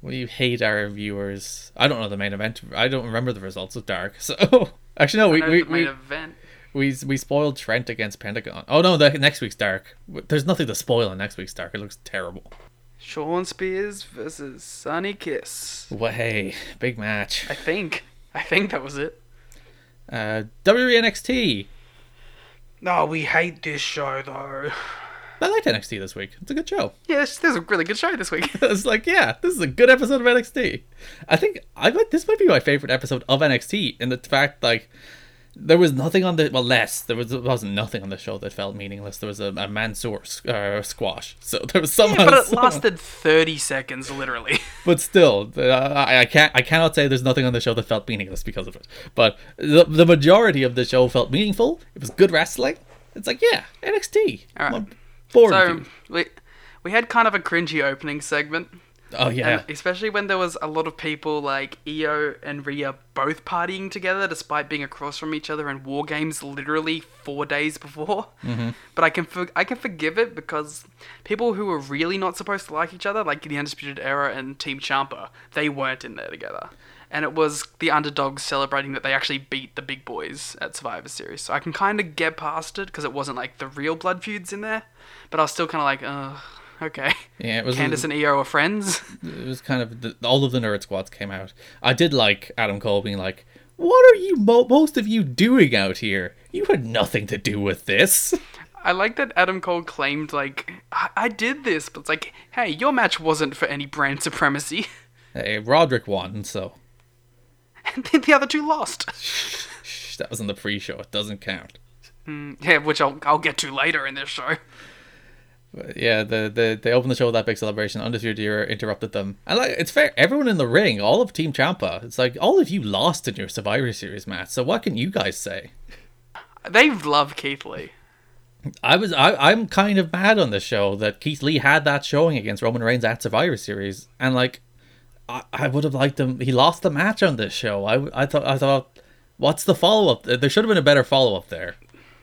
C: We hate our viewers. I don't know the main event. I don't remember the results of Dark. So actually, no, we
D: No,
C: we,
D: the main
C: we,
D: event.
C: We we spoiled Trent against Pentagon. Oh no, the next week's Dark. There's nothing to spoil in next week's Dark. It looks terrible.
D: Sean Spears versus Sunny Kiss.
C: Well, hey, big match.
D: I think. I think that was it.
C: Uh, WWE NXT.
D: No, we hate this show though.
C: I liked NXT this week. It's a good show.
D: Yeah, this, this is a really good show this week.
C: It's like, yeah, this is a good episode of NXT. I think I might, this might be my favorite episode of NXT in the fact like there was nothing on the well less there was there wasn't nothing on the show that felt meaningless. There was a, a Mansoor s- uh, squash, so there was somehow.
D: but it
C: some-
D: lasted 30 seconds literally
C: but still, uh, I, I can't. I cannot say there's nothing on the show that felt meaningless because of it. But the, the majority of the show felt meaningful. It was good wrestling. It's like yeah, NXT.
D: All right.
C: I'm bored
D: so
C: with you.
D: we we had kind of a cringy opening segment
C: Oh yeah,
D: and especially when there was a lot of people like eo and ria both partying together despite being across from each other in war games literally four days before
C: Mm-hmm.
D: but i can for- i can forgive it because people who were really not supposed to like each other like the undisputed era and team champa they weren't in there together and it was the underdogs celebrating that they actually beat the big boys at Survivor Series. So I can kind of get past it because it wasn't like the real blood feuds in there, but I was still kind of like, ugh, okay.
C: Yeah, it was-
D: Candace and EO are friends.
C: It was kind of the, all of the nerd squads came out. I did like Adam Cole being like, "What are you mo- most of you doing out here? You had nothing to do with this."
D: I like that Adam Cole claimed like I, I did this, but it's like, hey, your match wasn't for any brand supremacy,
C: Hey, Roderick won, so
D: and then the other two lost.
C: Shh, that was in the pre-show. It doesn't count.
D: Yeah, which I'll I'll get to later in this show.
C: But yeah, the, the they opened the show with that big celebration. Undisputed Era interrupted them, and like it's fair. Everyone in the ring, all of Team Champa, it's like all of you lost in your Survivor Series match. So what can you guys say?
D: They love Keith Lee.
C: I was I, I'm kind of mad on this show that Keith Lee had that showing against Roman Reigns at Survivor Series, and like I, I would have liked him. He lost the match on this show. I, I thought I thought, what's the follow up? There should have been a better follow up there.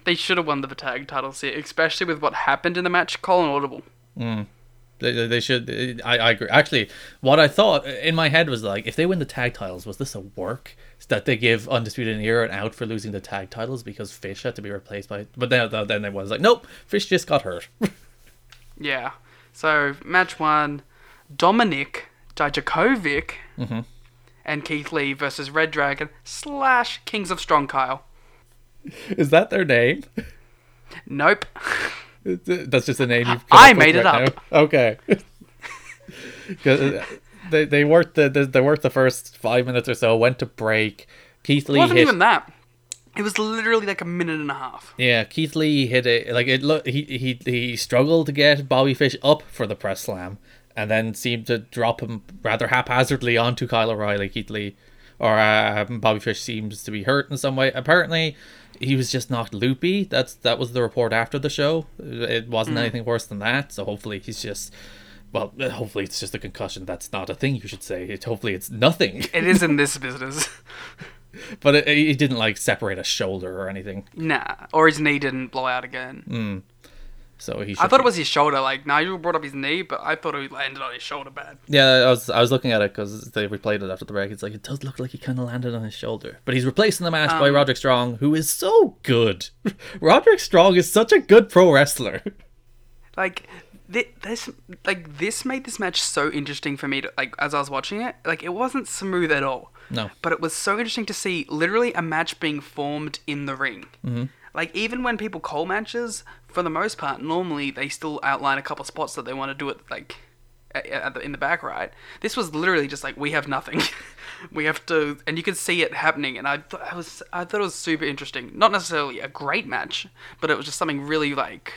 D: They should have won the tag titles here, especially with what happened in the match. Colin Audible.
C: They, they they should. I, I agree. Actually, what I thought in my head was like, if they win the tag titles, was this a work that they give Undisputed Era an out for losing the tag titles because Fish had to be replaced by? But then then they was like, nope, Fish just got hurt.
D: Yeah. So match one, Dominic Dijakovic and Keith Lee versus Red Dragon slash Kings of Strong Kyle.
C: Is that their name?
D: Nope.
C: That's just the name you've.
D: I
C: come up with
D: made it
C: right
D: up.
C: now. Okay. 'Cause, uh, they they worked the they- they worked the first five minutes or so. Went to break. Keith Lee
D: wasn't
C: hit.
D: even that. It was literally like a minute and a half.
C: Yeah, Keith Lee hit a like it. Look, he he he struggled to get Bobby Fish up for the press slam, and then seemed to drop him rather haphazardly onto Kyle O'Reilly. Keith Lee, or uh, Bobby Fish seems to be hurt in some way. Apparently, he was just knocked loopy. That's that was the report after the show. It
D: Mm.
C: wasn't anything worse than that. So hopefully he's just. Well, hopefully it's just a concussion. That's not a thing you should say. It, hopefully it's nothing.
D: It is in this business.
C: But it, it didn't like separate a shoulder or anything.
D: Nah. Or his knee didn't blow out again.
C: So he.
D: I
C: should
D: thought
C: be-
D: it was his shoulder. Like, Nigel brought up his knee, but I thought it landed on his shoulder bad.
C: Yeah, I was I was looking at it because they replayed it after the break. It's like it does look like he kind of landed on his shoulder, but he's replacing the match by Roderick Strong, who is so good. Roderick Strong is such a good pro wrestler.
D: like thi- this like this made this match so interesting for me to, like as I was watching it like it wasn't smooth at all
C: No.
D: but it was so interesting to see literally a match being formed in the ring mm-hmm. like even when people call matches for the most part normally they still outline a couple spots that they want to do it like a- a- at the, in the back right this was literally just like we have nothing we have to and you could see it happening and I, th- I was I thought it was super interesting not necessarily a great match but it was just something really like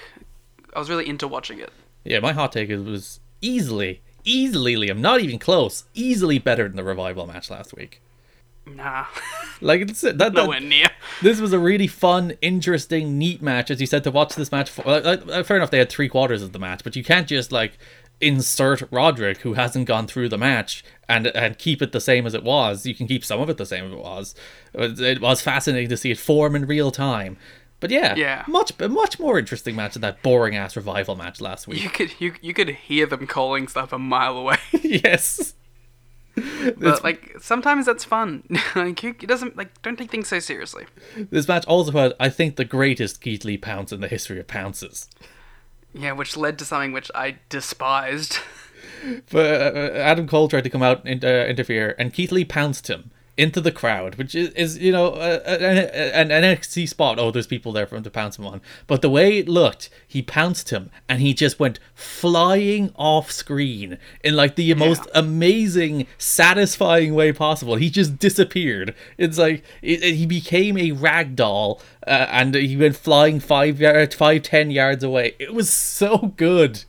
D: I was really into watching it.
C: Yeah, my hot take is was easily, easily Liam, not even close, easily better than the revival match last week.
D: Nah,
C: Like it's that, that
D: nowhere near.
C: this was a really fun, interesting, neat match. As you said, to watch this match, for, uh, uh, fair enough, they had three quarters of the match, but you can't just like insert Roderick who hasn't gone through the match and and keep it the same as it was. You can keep some of it the same as it was. It was- It was fascinating to see it form in real time. But yeah,
D: Yeah.
C: much a much more interesting match than that boring ass revival match last week.
D: You could you you could hear them calling stuff a mile away.
C: yes.
D: but like sometimes that's fun. like you, it doesn't like don't take things so seriously.
C: This match also had, I think, the greatest Keith Lee pounce in the history of pounces.
D: Yeah, which led to something which I despised.
C: But uh, Adam Cole tried to come out and uh, interfere, and Keith Lee pounced him into the crowd, which is, is you know, uh, an, an NXT spot. Oh, there's people there for him to pounce him on. But the way it looked, he pounced him, and he just went flying off screen in like the most amazing, satisfying way possible. He just disappeared. It's like it, it- he became a rag doll, uh, and he went flying five yard, five ten yards away. It was so good.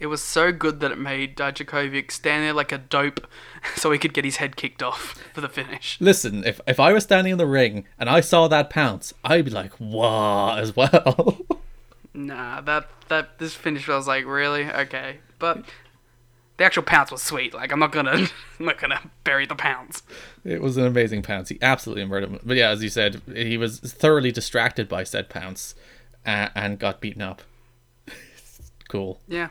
D: It was so good that it made Dijakovic stand there like a dope, so he could get his head kicked off for the finish.
C: Listen, if if I was standing in the ring and I saw that pounce, I'd be like, "Wow!" as well.
D: Nah, that that this finish I was like really okay, but the actual pounce was sweet. Like I'm not gonna I'm not gonna bury the pounce.
C: it was an amazing pounce. He absolutely murdered him. But yeah, as you said, he was thoroughly distracted by said pounce, uh, and got beaten up. cool.
D: Yeah.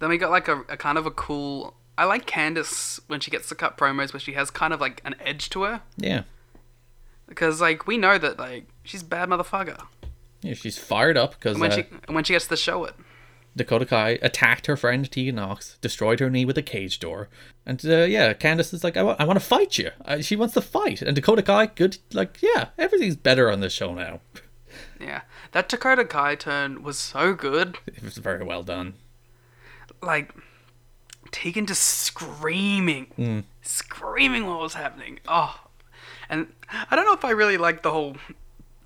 D: Then we got like a, a kind of a cool I like Candace when she gets to cut promos where she has kind of like an edge to her
C: Yeah.
D: because like we know that like she's a bad motherfucker.
C: Yeah, she's fired up because
D: And when
C: uh,
D: she and when she gets to show it,
C: Dakota Kai attacked her friend Tegan Knox, destroyed her knee with a cage door, and uh, yeah, Candace is like, I want, I want to fight you. Uh, she wants to fight, and Dakota Kai, good, like, yeah, everything's better on this show now.
D: yeah, that Dakota Kai turn was so good.
C: It was very well done.
D: Like Tegan just screaming, screaming what was happening. Oh, and I don't know if I really like the whole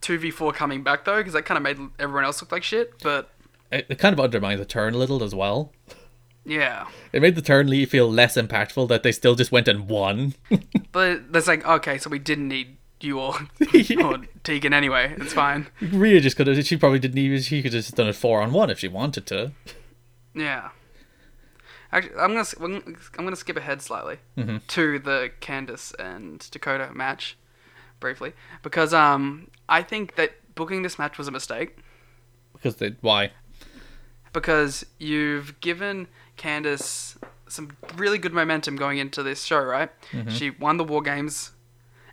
D: two v four coming back though because that kind of made everyone else look like shit. But
C: It, it kind of undermined the turn a little as well.
D: yeah,
C: It made the turn Lee feel less impactful that they still just went and won.
D: but that's like okay, so we didn't need you or, or Tegan anyway. It's fine.
C: Rhea just could have. She probably didn't even. She could have just done it four on one if she wanted to.
D: Yeah. Actually, I'm gonna s- we're gonna- I'm gonna skip ahead slightly to the Candace and Dakota match, briefly, because um I think that booking this match was a mistake
C: Because they why?
D: because you've given Candace some really good momentum going into this show, right?
C: Mm-hmm.
D: She won the War Games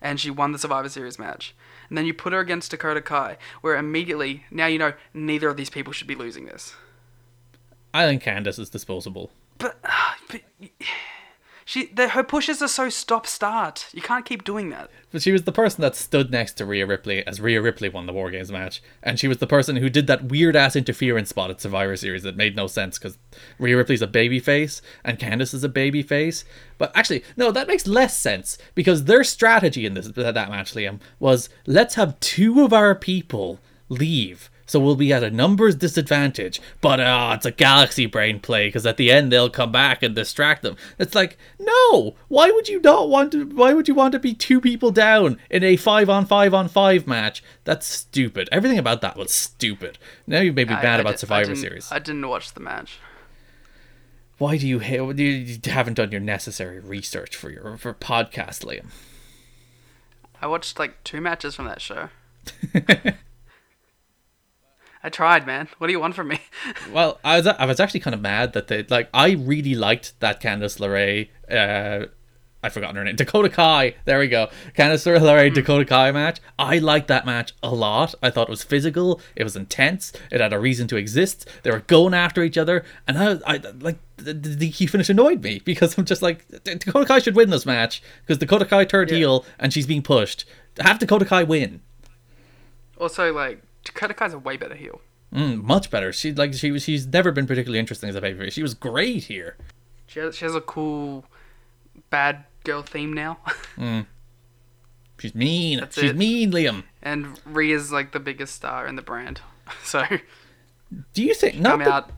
D: and she won the Survivor Series match. And then you put her against Dakota Kai, where immediately, now you know, neither of these people should be losing this.
C: I think Candace is disposable.
D: But she, the, her pushes are so stop start. You can't keep doing that.
C: But she was the person that stood next to Rhea Ripley as Rhea Ripley won the War Games match, and she was the person who did that weird ass interference spot at Survivor Series that made no sense because Rhea Ripley's a babyface and Candice is a babyface. But actually, no, that makes less sense because their strategy in this that match, Liam, was let's have two of our people leave. So we'll be at a numbers disadvantage, but ah, it's a galaxy brain play because at the end they'll come back and distract them. It's like, no, why would you not want to? Why would you want to be two people down in a five on five on five match? That's stupid. Everything about that was stupid. Now you may be
D: I-
C: mad
D: I
C: about
D: di- I
C: Survivor
D: didn't-
C: Series.
D: I didn't watch the match.
C: why do you hate? You, you haven't done your necessary research for your for podcast, Liam.
D: I watched like two matches from that show. I tried, man. What do you want from me?
C: Well, I was I was actually kind of mad that they like I really liked that Candice LeRae. Uh, I've forgotten her name. Dakota Kai. There we go. Candice LeRae Dakota Kai match. I liked that match a lot. I thought it was physical. It was intense. It had a reason to exist. They were going after each other, and I, I like the, the DQ finish annoyed me because I'm just like Dakota Kai should win this match because Dakota Kai turned heel and she's being pushed. Have Dakota Kai win.
D: also, like Dakota Kai's a way better heel.
C: Mm, much better. She like she was. She's never been particularly interesting as a babyface. She was great here.
D: She has, she has a cool bad girl theme now,
C: She's mean.
D: That's
C: She's
D: it.
C: mean, Liam.
D: and Rhea's like the biggest star in the brand. So
C: Do you think not
D: come
C: that,
D: out.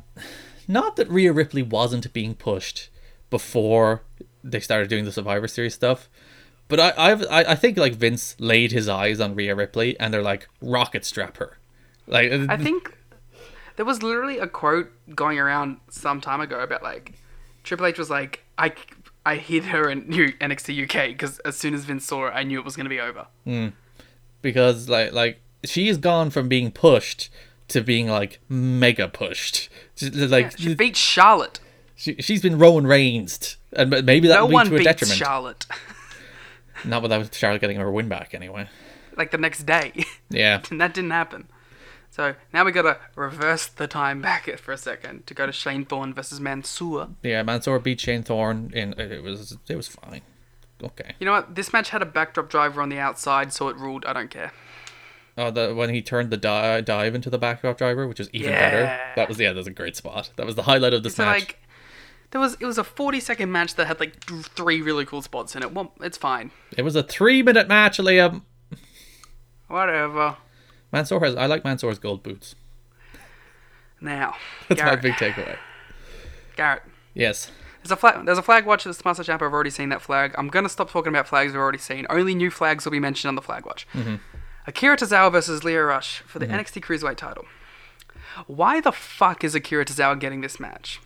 C: not that Rhea Ripley wasn't being pushed before they started doing the Survivor Series stuff, but I I've, I I think like Vince laid his eyes on Rhea Ripley and they're like rocket strap her, like
D: I think there was literally a quote going around some time ago about like Triple H was like, I, I hid her in new NXT UK because as soon as Vince saw her, I knew it was going to be over.
C: because like like she has gone from being pushed to being like mega pushed, She- like
D: She beat Charlotte.
C: she, she's been Rowan Reigns and m- maybe that
D: No
C: will
D: one
C: be to a
D: beats
C: detriment.
D: Charlotte.
C: Not without Charlotte getting her win back anyway.
D: like the next day.
C: Yeah.
D: and that didn't happen. So now we gotta reverse the time back for a second to go to Shane Thorne versus Mansoor.
C: Yeah, Mansoor beat Shane Thorne, and it was it was fine. Okay.
D: You know what? This match had a backdrop driver on the outside, so it ruled. I don't care.
C: Oh, the when he turned the di- dive into the backdrop driver, which was even better.
D: Yeah.
C: That was yeah, that was a great spot. That was the highlight of this
D: So
C: match.
D: like, there was it was a forty second match that had like th- three really cool spots in it. Well, it's fine.
C: It was a three minute match, Liam.
D: Whatever.
C: Mansoor has I like Mansoor's gold boots.
D: Now,
C: That's
D: Garrett,
C: my big takeaway.
D: Garrett,
C: Yes.
D: there's a flag. There's a flag watch at the Master Champ. I've already seen that flag. I'm gonna stop talking about flags we've already seen. Only new flags will be mentioned on the flag watch.
C: Mm-hmm.
D: Akira Tozawa versus Leo Rush for the NXT Cruiserweight title. Why the fuck is Akira Tozawa getting this match?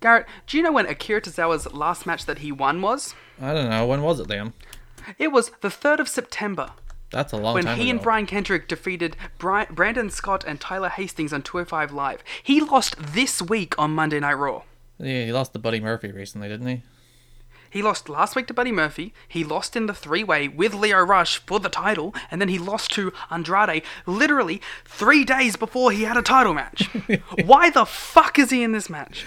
D: Garrett, do you know when Akira Tozawa's last match that he won was?
C: I don't know when was it, Liam.
D: It was the 3rd of September
C: That's a long
D: when
C: time
D: he
C: ago.
D: and Brian Kendrick defeated Bri- oh Brandon Scott and Tyler Hastings on 205 Live. He lost this week on Monday Night Raw.
C: Yeah, he lost to Buddy Murphy recently, didn't he?
D: He lost last week to Buddy Murphy. He lost in the three way with Leo Rush for the title, and then he lost to Andrade literally three days before he had a title match. Why the fuck is he in this match?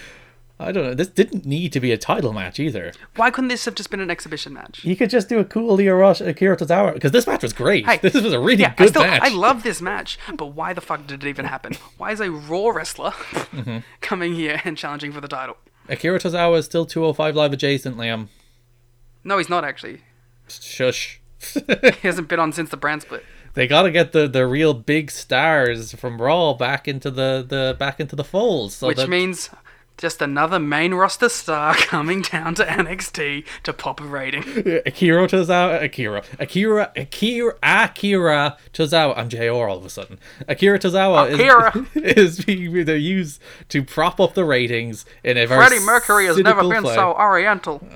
C: I don't know. This didn't need to be a title match either.
D: Why couldn't this have just been an exhibition match?
C: He could just do a cool Leo Rush Akira Tozawa because this match was great.
D: Hey,
C: this was a really
D: yeah,
C: good
D: I still,
C: match.
D: I love this match, but why the fuck did it even happen? Why is a Raw wrestler
C: Mm-hmm.
D: coming here and challenging for the title?
C: Akira Tozawa is still 205 live adjacent, Liam.
D: No, he's not actually.
C: Shush.
D: He hasn't been on since the brand split.
C: They gotta get the, the real big stars from Raw back into the, the back into the fold. So
D: Which
C: that-
D: means just another main roster star coming down to NXT to pop a rating.
C: Akira Tozawa, Akira, Akira, Akira, Akira Tozawa. I'm JR all of a sudden. Akira Tozawa is-
D: Akira.
C: is, being they're used to prop up the ratings in a very
D: Freddie Mercury has never
C: cynical
D: been
C: play.
D: so oriental.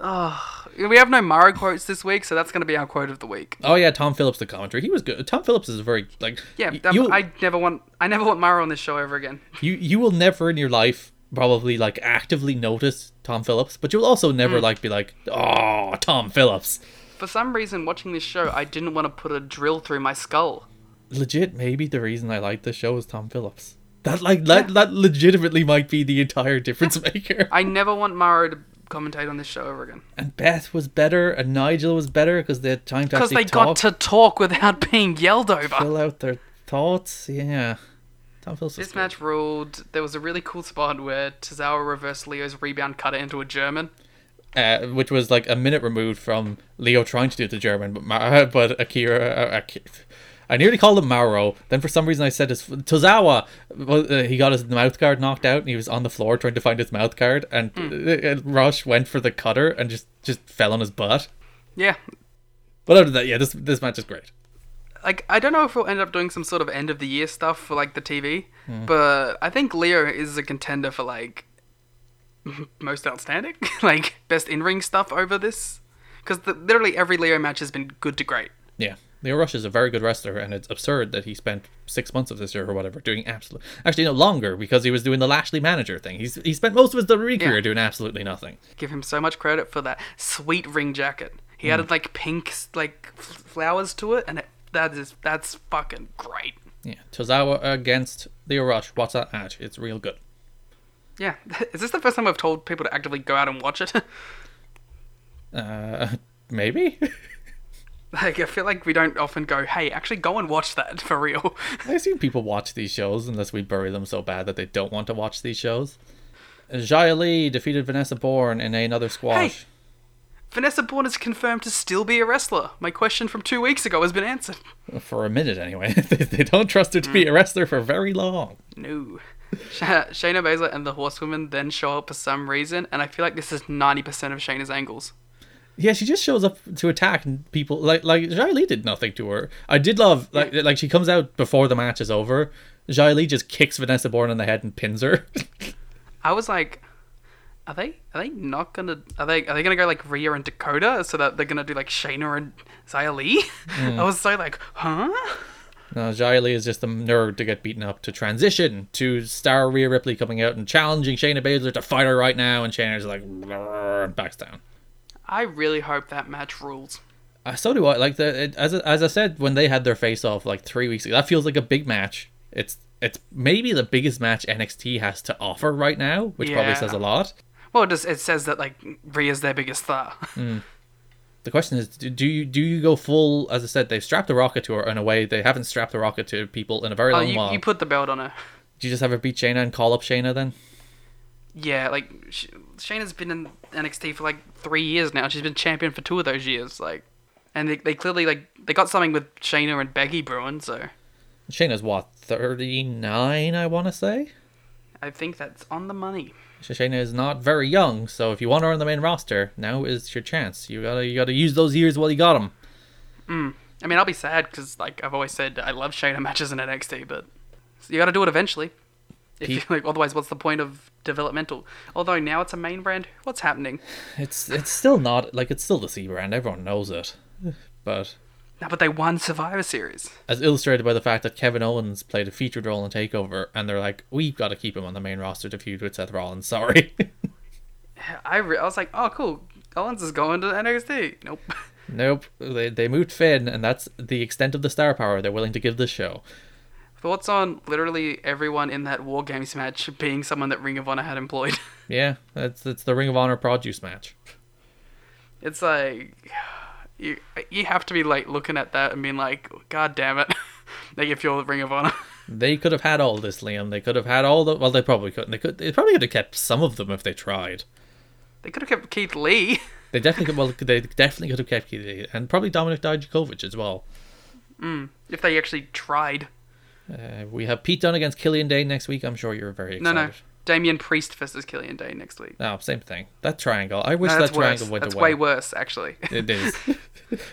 C: Oh.
D: We have no Mara quotes this week, so that's going to be our quote of the week.
C: Oh yeah, Tom Phillips the commentary. He was good. Tom Phillips is very like
D: Yeah,
C: y-
D: that-
C: you,
D: I never want I never want Mara on this show ever again.
C: you you will never in your life probably like actively notice Tom Phillips, but you'll also
D: Mm.
C: never like be like, oh Tom Phillips.
D: For some reason, watching this show, I didn't want to put a drill through my skull.
C: Legit, maybe the reason I like this show is Tom Phillips. That like that, that legitimately might be the entire difference maker.
D: I never want Mara to commentate on this show ever again
C: And Beth was better, and Nigel was better because they had time to
D: because
C: actually
D: they
C: talk,
D: got to talk without being yelled over.
C: fill out their thoughts. Yeah, Tom Phillips. was
D: This
C: good.
D: match ruled. There was a really cool spot where Tozawa reversed Leo's rebound cutter into a German.
C: uh, which was like a minute removed from Leo trying to do the German, but Ma- but Akira, uh, Aki- I nearly called him Mauro. Then for some reason I said his Tozawa. Well, uh, he got his mouth guard knocked out, and he was on the floor trying to find his mouth guard. And uh, uh, Rush went for the cutter and just just fell on his butt.
D: Yeah,
C: But other than that, yeah, this this match is great.
D: like I don't know if we'll end up doing some sort of end of the year stuff for like the TV, but I think Leo is a contender for like most outstanding, like best in ring stuff over this, because literally every Leo match has been good to great.
C: Yeah, Leo Rush is a very good wrestler, and it's absurd that he spent six months of this year or whatever doing absolute. Actually, no longer because he was doing the Lashley manager thing. He's he spent most of his WWE career
D: Yeah.
C: doing absolutely nothing.
D: Give him so much credit for that sweet ring jacket. He added like pink like f- flowers to it, and it, that is that's fucking great.
C: Yeah, Tozawa against Leo Rush. What's that match? It's real good.
D: Yeah, is this the first time I've told people to actively go out and watch it?
C: Uh, maybe.
D: like I feel like we don't often go, hey, actually go and watch that for real.
C: I assume people watch these shows unless we bury them so bad that they don't want to watch these shows. Jia Lee defeated Vanessa Bourne in another squash.
D: Vanessa Bourne is confirmed to still be a wrestler. My question from two weeks ago has been answered.
C: For a minute, anyway. they, they don't trust her to be a wrestler for very long.
D: No. Sha Shayna Baszler and the Horsewoman then show up for some reason, and I feel like this is 90% of Shayna's angles.
C: Yeah, she just shows up to attack and people. Like, like Jia Lee did nothing to her. I did love, like, like she comes out before the match is over. Jia Lee just kicks Vanessa Bourne in the head and pins her.
D: I was like, are they are they not gonna are they are they gonna go like Rhea and Dakota so that they're gonna do like Shayna and Xia Li? I was so like, huh?
C: Now, Jiley Uh, is just a nerd to get beaten up to transition to star Rhea Ripley coming out and challenging Shayna Baszler to fight her right now, and Shayna's like, "Brrr," and backs down.
D: I really hope that match rules.
C: Uh, so do I. Like the it, as I- as I said when they had their face off like three weeks ago, that feels like a big match. It's it's maybe the biggest match NXT has to offer right now, which probably
D: Yeah.
C: says a lot.
D: Well, it, just, it says that like Rhea's their biggest star.
C: The question is, do do you do you go full? As I said, they've strapped the rocket to her in a way they haven't strapped the rocket to people in a very
D: oh,
C: long
D: you,
C: while.
D: you put the belt on her.
C: do you just have her beat Shayna and call up Shayna then?
D: Yeah, like Sh- Shayna's been in NXT for like three years now. She's been champion for two of those years, like, and they, they clearly like they got something with Shayna and Becky Bruin. So
C: Shayna's what thirty nine, I want to say.
D: I think that's on the money.
C: Shayna is not very young, so if you want her on the main roster, now is your chance. You gotta you gotta use those years while you got them.
D: I mean, I'll be sad because like I've always said, I love Shayna matches in NXT, but you got to do it eventually. If you,
C: Pete-
D: like, otherwise, what's the point of developmental? Although now it's a main brand. What's happening?
C: It's it's still not like it's still the C brand. Everyone knows it, but
D: No, but they won Survivor Series.
C: as illustrated by the fact that Kevin Owens played a featured role in Takeover, and they're like, we've got to keep him on the main roster to feud with Seth Rollins. Sorry,
D: I, re- I was like, oh, cool. Owens is going to NXT. Nope.
C: nope. They they moved Finn, and that's the extent of the star power they're willing to give this show.
D: Thoughts on literally everyone in that War Games match being someone that Ring of Honor had employed?
C: Yeah, that's that's the Ring of Honor produce match.
D: It's like you you have to be like looking at that and being like, God damn it! like if you're the Ring of Honor,
C: They could have had all this, Liam. They could have had all the. Well, they probably couldn't. They could. They probably could have kept some of them if they tried.
D: they could have kept Keith Lee.
C: They definitely could. Well, they definitely could have kept Keith Lee, and probably Dominic Dijakovic as well.
D: If they actually tried.
C: Uh, we have Pete Dunne against Killian Dane next week. I'm sure you're very
D: No,
C: excited.
D: no. Damien Priest versus Killian Day next week.
C: No, same thing. That triangle. I wish
D: No,
C: that
D: that's worse.
C: triangle went
D: That's
C: away.
D: way worse, actually.
C: It is.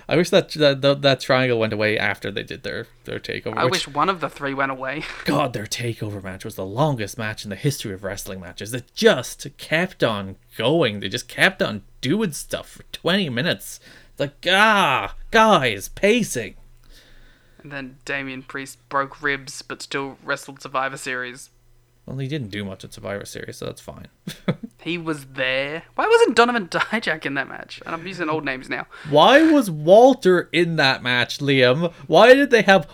C: I wish that, that that that triangle went away after they did their their takeover.
D: I
C: which,
D: wish one of the three went away.
C: God, their takeover match was the longest match in the history of wrestling matches. It just kept on going. They just kept on doing stuff for twenty minutes. It's Like ah, guys, pacing.
D: And then Damien Priest broke ribs but still wrestled Survivor Series.
C: Well, he didn't do much at Survivor Series, so that's fine.
D: He was there. Why wasn't Donovan Dijak in that match? And I'm using old names now.
C: Why was Walter in that match, Liam? Why did they have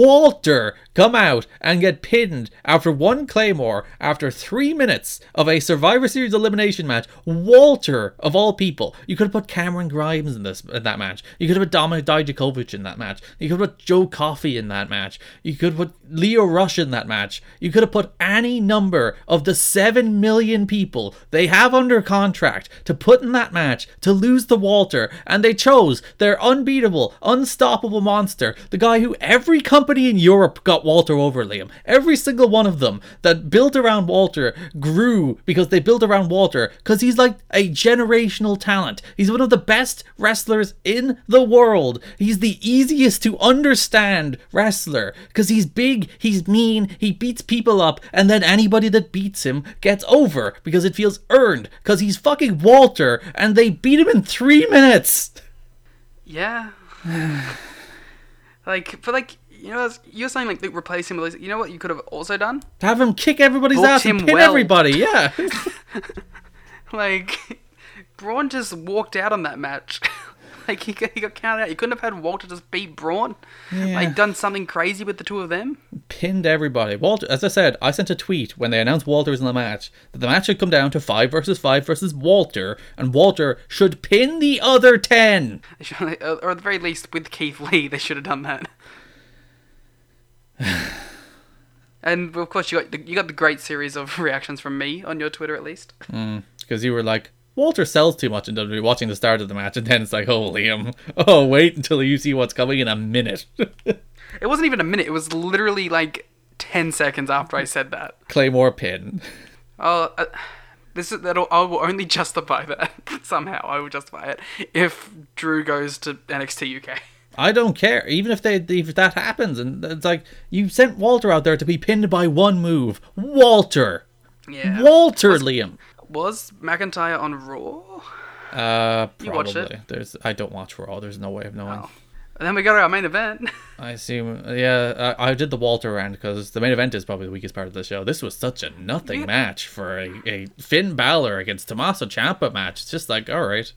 C: Walter come out and get pinned after one Claymore, after three minutes of a Survivor Series elimination match? Walter, of all people. You could have put Cameron Grimes in this in that match. You could have put Dominic Dijakovic in that match. You could have put Joe Coffey in that match. You could have put Leo Rush in that match. You could have put any number of the 7 million people they have under contract to put in that match to lose the Walter, and they chose their unbeatable, unstoppable monster, the guy who every company in Europe got Walter over Liam. Every single one of them that built around Walter grew because they built around Walter because he's like a generational talent. He's one of the best wrestlers in the world. He's the easiest to understand wrestler because he's big, he's mean, he beats people up, and then anybody that beats him gets over because it feels earned because he's fucking Walter and they beat him in three minutes.
D: Yeah. like, but like, you know, that's- you were saying like they replace him with, you know what you could have also done?
C: To have him kick everybody's
D: Booked
C: ass and
D: him
C: pin
D: well.
C: everybody, yeah.
D: Like, Braun just walked out on that match. like, he got, he got counted out. You couldn't have had Walter just beat Braun. Like, done something crazy with the two of them.
C: pinned everybody. Walter, as I said, I sent a tweet when they announced Walter was in the match that the match should come down to five versus five versus Walter, and Walter should pin the other ten.
D: They should, or at the very least, with Keith Lee, they should have done that. and of course, you got the, you got the great series of reactions from me on your Twitter, at least.
C: Because you were like, Walter sells too much in WWE. Watching the start of the match, and then it's like, oh Liam, oh wait until you see what's coming in a minute.
D: It wasn't even a minute. It was literally like ten seconds after I said that.
C: Claymore pin.
D: Oh, uh, this is that. I will only justify that somehow. I will justify it if Drew goes to NXT UK.
C: I don't care. Even if they, if that happens, and it's like you sent Walter out there to be pinned by one move, Walter,
D: Yeah.
C: Walter, Liam.
D: Was McIntyre on Raw?
C: Uh, probably.
D: You watched it?
C: There's. I don't watch Raw. There's no way of knowing.
D: Oh. And then we go to our main event.
C: I assume, yeah. I, I did the Walter round because the main event is probably the weakest part of the show. This was such a nothing match for a, a Finn Balor against Tommaso Ciampa match. It's just like, all right,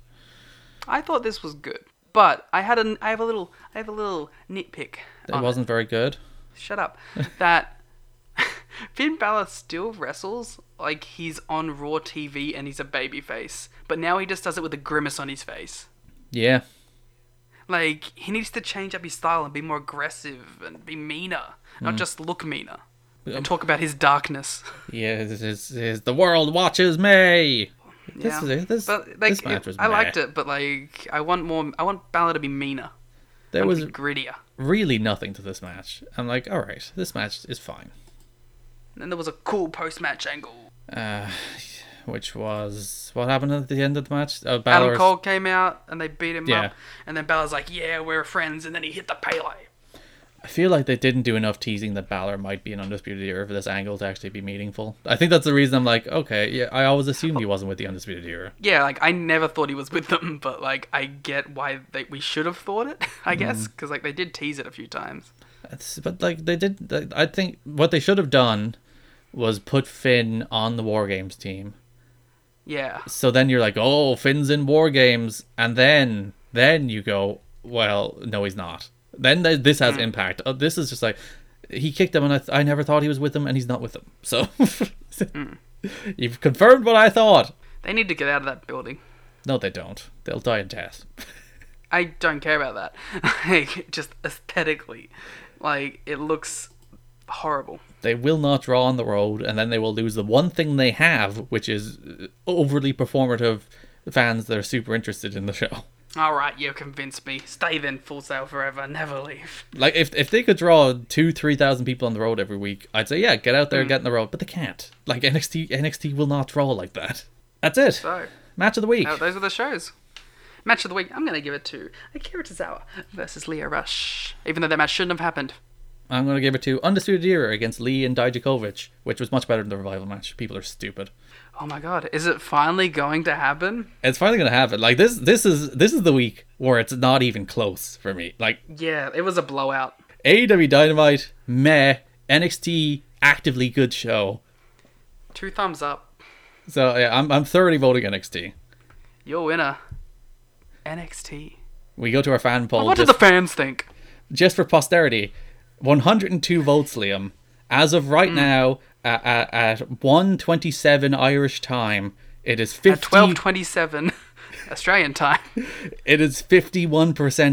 D: I thought this was good, but I had an I have a little I have a little nitpick.
C: it
D: on
C: wasn't very good.
D: Shut up. that Finn Balor still wrestles like he's on Raw TV and he's a babyface, but now he just does it with a grimace on his face.
C: Yeah,
D: Like he needs to change up his style and be more aggressive and be meaner,
C: Mm.
D: not just look meaner.
C: Um,
D: And talk about his darkness.
C: yeah. This is, is the world watches me. This
D: Yeah.
C: is- this-
D: but like,
C: this match
D: it-
C: was
D: I
C: meh.
D: liked it, but like, I want more. I want Balor to be meaner.
C: There
D: I want
C: was
D: to be grittier.
C: really nothing to this match. I'm like, all right, this match is fine.
D: And then there was a cool post-match angle.
C: Which was what happened at the end of the match. Uh,
D: Adam
C: Balor
D: Cole came out and they beat him
C: Yeah.
D: up, and then Balor's like, "Yeah, we're friends," and then he hit the Pele.
C: I feel like they didn't do enough teasing that Balor might be an undisputed era for this angle to actually be meaningful. I think that's the reason I'm like, okay, yeah, I always assumed he wasn't with the undisputed era.
D: Yeah, like I never thought he was with them, but like I get why they, we should have thought it. I
C: Mm.
D: guess because like they did tease it a few times.
C: It's- but like they did, they- I think what they should have done was put Finn on the War Games team.
D: Yeah,
C: So then you're like, oh, Finn's in War Games, and then then you go, well, no, he's not. Then th- this has impact. Uh, this is just like he kicked him, and I, th- I never thought he was with them, and he's not with them. So you've confirmed what I thought.
D: they need to get out of that building.
C: No, they don't. They'll die in death.
D: I don't care about that. like just aesthetically, like it looks horrible.
C: They will not draw on the road, and then they will lose the one thing they have, which is uh, overly performative fans that are super interested in the show.
D: All right, you convinced me. Stay then, full sail forever, never leave.
C: Like if if they could draw two three thousand people on the road every week, I'd say yeah, get out there, get on the road. But they can't. Like NXT NXT will not draw like that. That's it.
D: So
C: Match of the week.
D: uh, those are the shows. Match of the week. I'm gonna give it to Akira Tozawa versus Leo Rush, even though that match shouldn't have happened.
C: I'm gonna give it to Undisputed Era against Lee and Dijakovic, which was much better than the revival match. People are stupid.
D: Oh my god, is it finally going to happen?
C: It's finally gonna happen. Like this this is this is the week where it's not even close for me. Like
D: Yeah, it was a blowout.
C: AEW E Dynamite, meh, NXT actively good show.
D: Two thumbs up.
C: So yeah, I'm I'm thoroughly voting NXT.
D: Your winner, NXT.
C: We go to our fan poll.
D: What
C: just-
D: did the fans think?
C: just for posterity, 102 votes, Liam. As of
D: Hmm.
C: right now, at, at, at 127 Irish time, it is 50,
D: At 12:27 Australian time.
C: it is 51%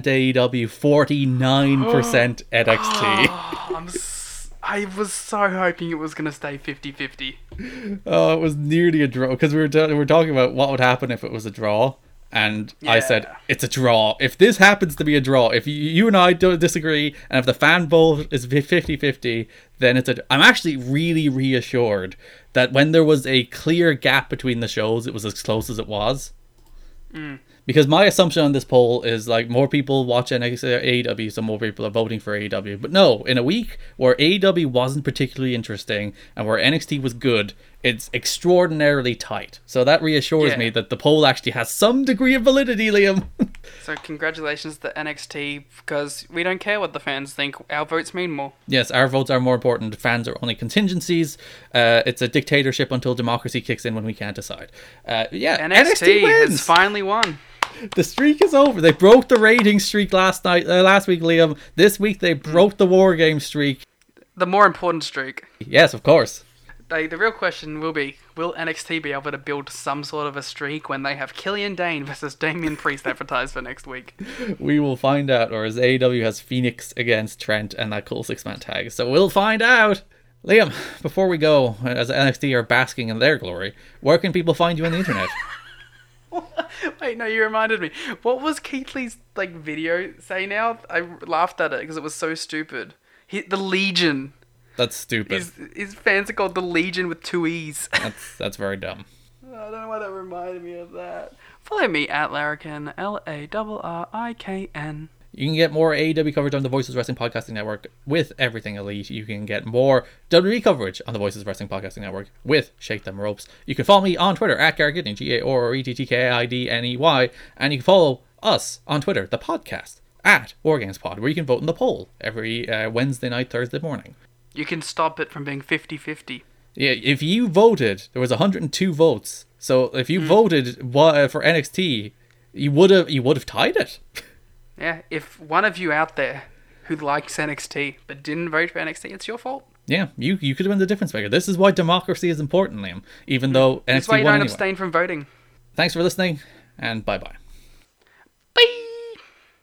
C: AEW, 49% NXT.
D: I'm s- I was so hoping it was gonna stay 50-50.
C: oh, it was nearly a draw because we were ta- we were talking about what would happen if it was a draw. And I said,
D: Yeah.
C: it's a draw. If this happens to be a draw, if you, you and I don't disagree, and if the fan vote is 50 50, then it's a. I'm actually really reassured that when there was a clear gap between the shows, it was as close as it was. Because my assumption on this poll is like more people watch NXT AEW, E so more people are voting for AEW. But no, in a week where AEW wasn't particularly interesting and where NXT was good, it's extraordinarily tight. So that reassures
D: Yeah.
C: me that the poll actually has some degree of validity, Liam.
D: So congratulations to NXT because we don't care what the fans think. Our votes mean more.
C: yes, our votes are more important. Fans are only contingencies. Uh, it's a dictatorship until democracy kicks in when we can't decide. Uh, yeah,
D: NXT,
C: NXT,
D: has
C: wins.
D: finally won.
C: The streak is over. They broke the rating streak last night, uh, last week, Liam. This week they broke the war game streak.
D: The more important streak.
C: Yes, of course.
D: Like, the real question will be: Will NXT be able to build some sort of a streak when they have Killian Dane versus Damian Priest advertised for next week?
C: We will find out, or as AEW has Phoenix against Trent and that cool six man tag. So we'll find out. Liam, before we go, as NXT are basking in their glory, where can people find you on the internet?
D: Wait, no, you reminded me. What was Keith Lee's like video say now? I laughed at it because it was so stupid. He, the Legion.
C: That's stupid.
D: His, his fans are called the Legion with two E's. I
C: That's that's very dumb.
D: don't know why that reminded me of that. Follow me at Larrikin, L A R R I K N.
C: You can get more AEW coverage on the Voices Wrestling Podcasting Network with Everything Elite. You can get more WWE coverage on the Voices Wrestling Podcasting Network with Shake Them Ropes. You can follow me on Twitter at Gary Gidney, G A R R E T T K I D N E Y, and you can follow us on Twitter, the podcast, at WarGamesPod, where you can vote in the poll every uh, Wednesday night, Thursday morning.
D: You can stop it from being 50 50.
C: Yeah, if you voted, there was 102 votes. So if you voted wa- for NXT, you would have you would have tied it.
D: Yeah, if one of you out there who likes NXT but didn't vote for NXT, it's your fault.
C: Yeah, you you could have been the difference maker. This is why democracy is important, Liam. Even though NXT
D: That's why you
C: won
D: don't
C: anyway.
D: abstain from voting.
C: Thanks for listening, and bye bye.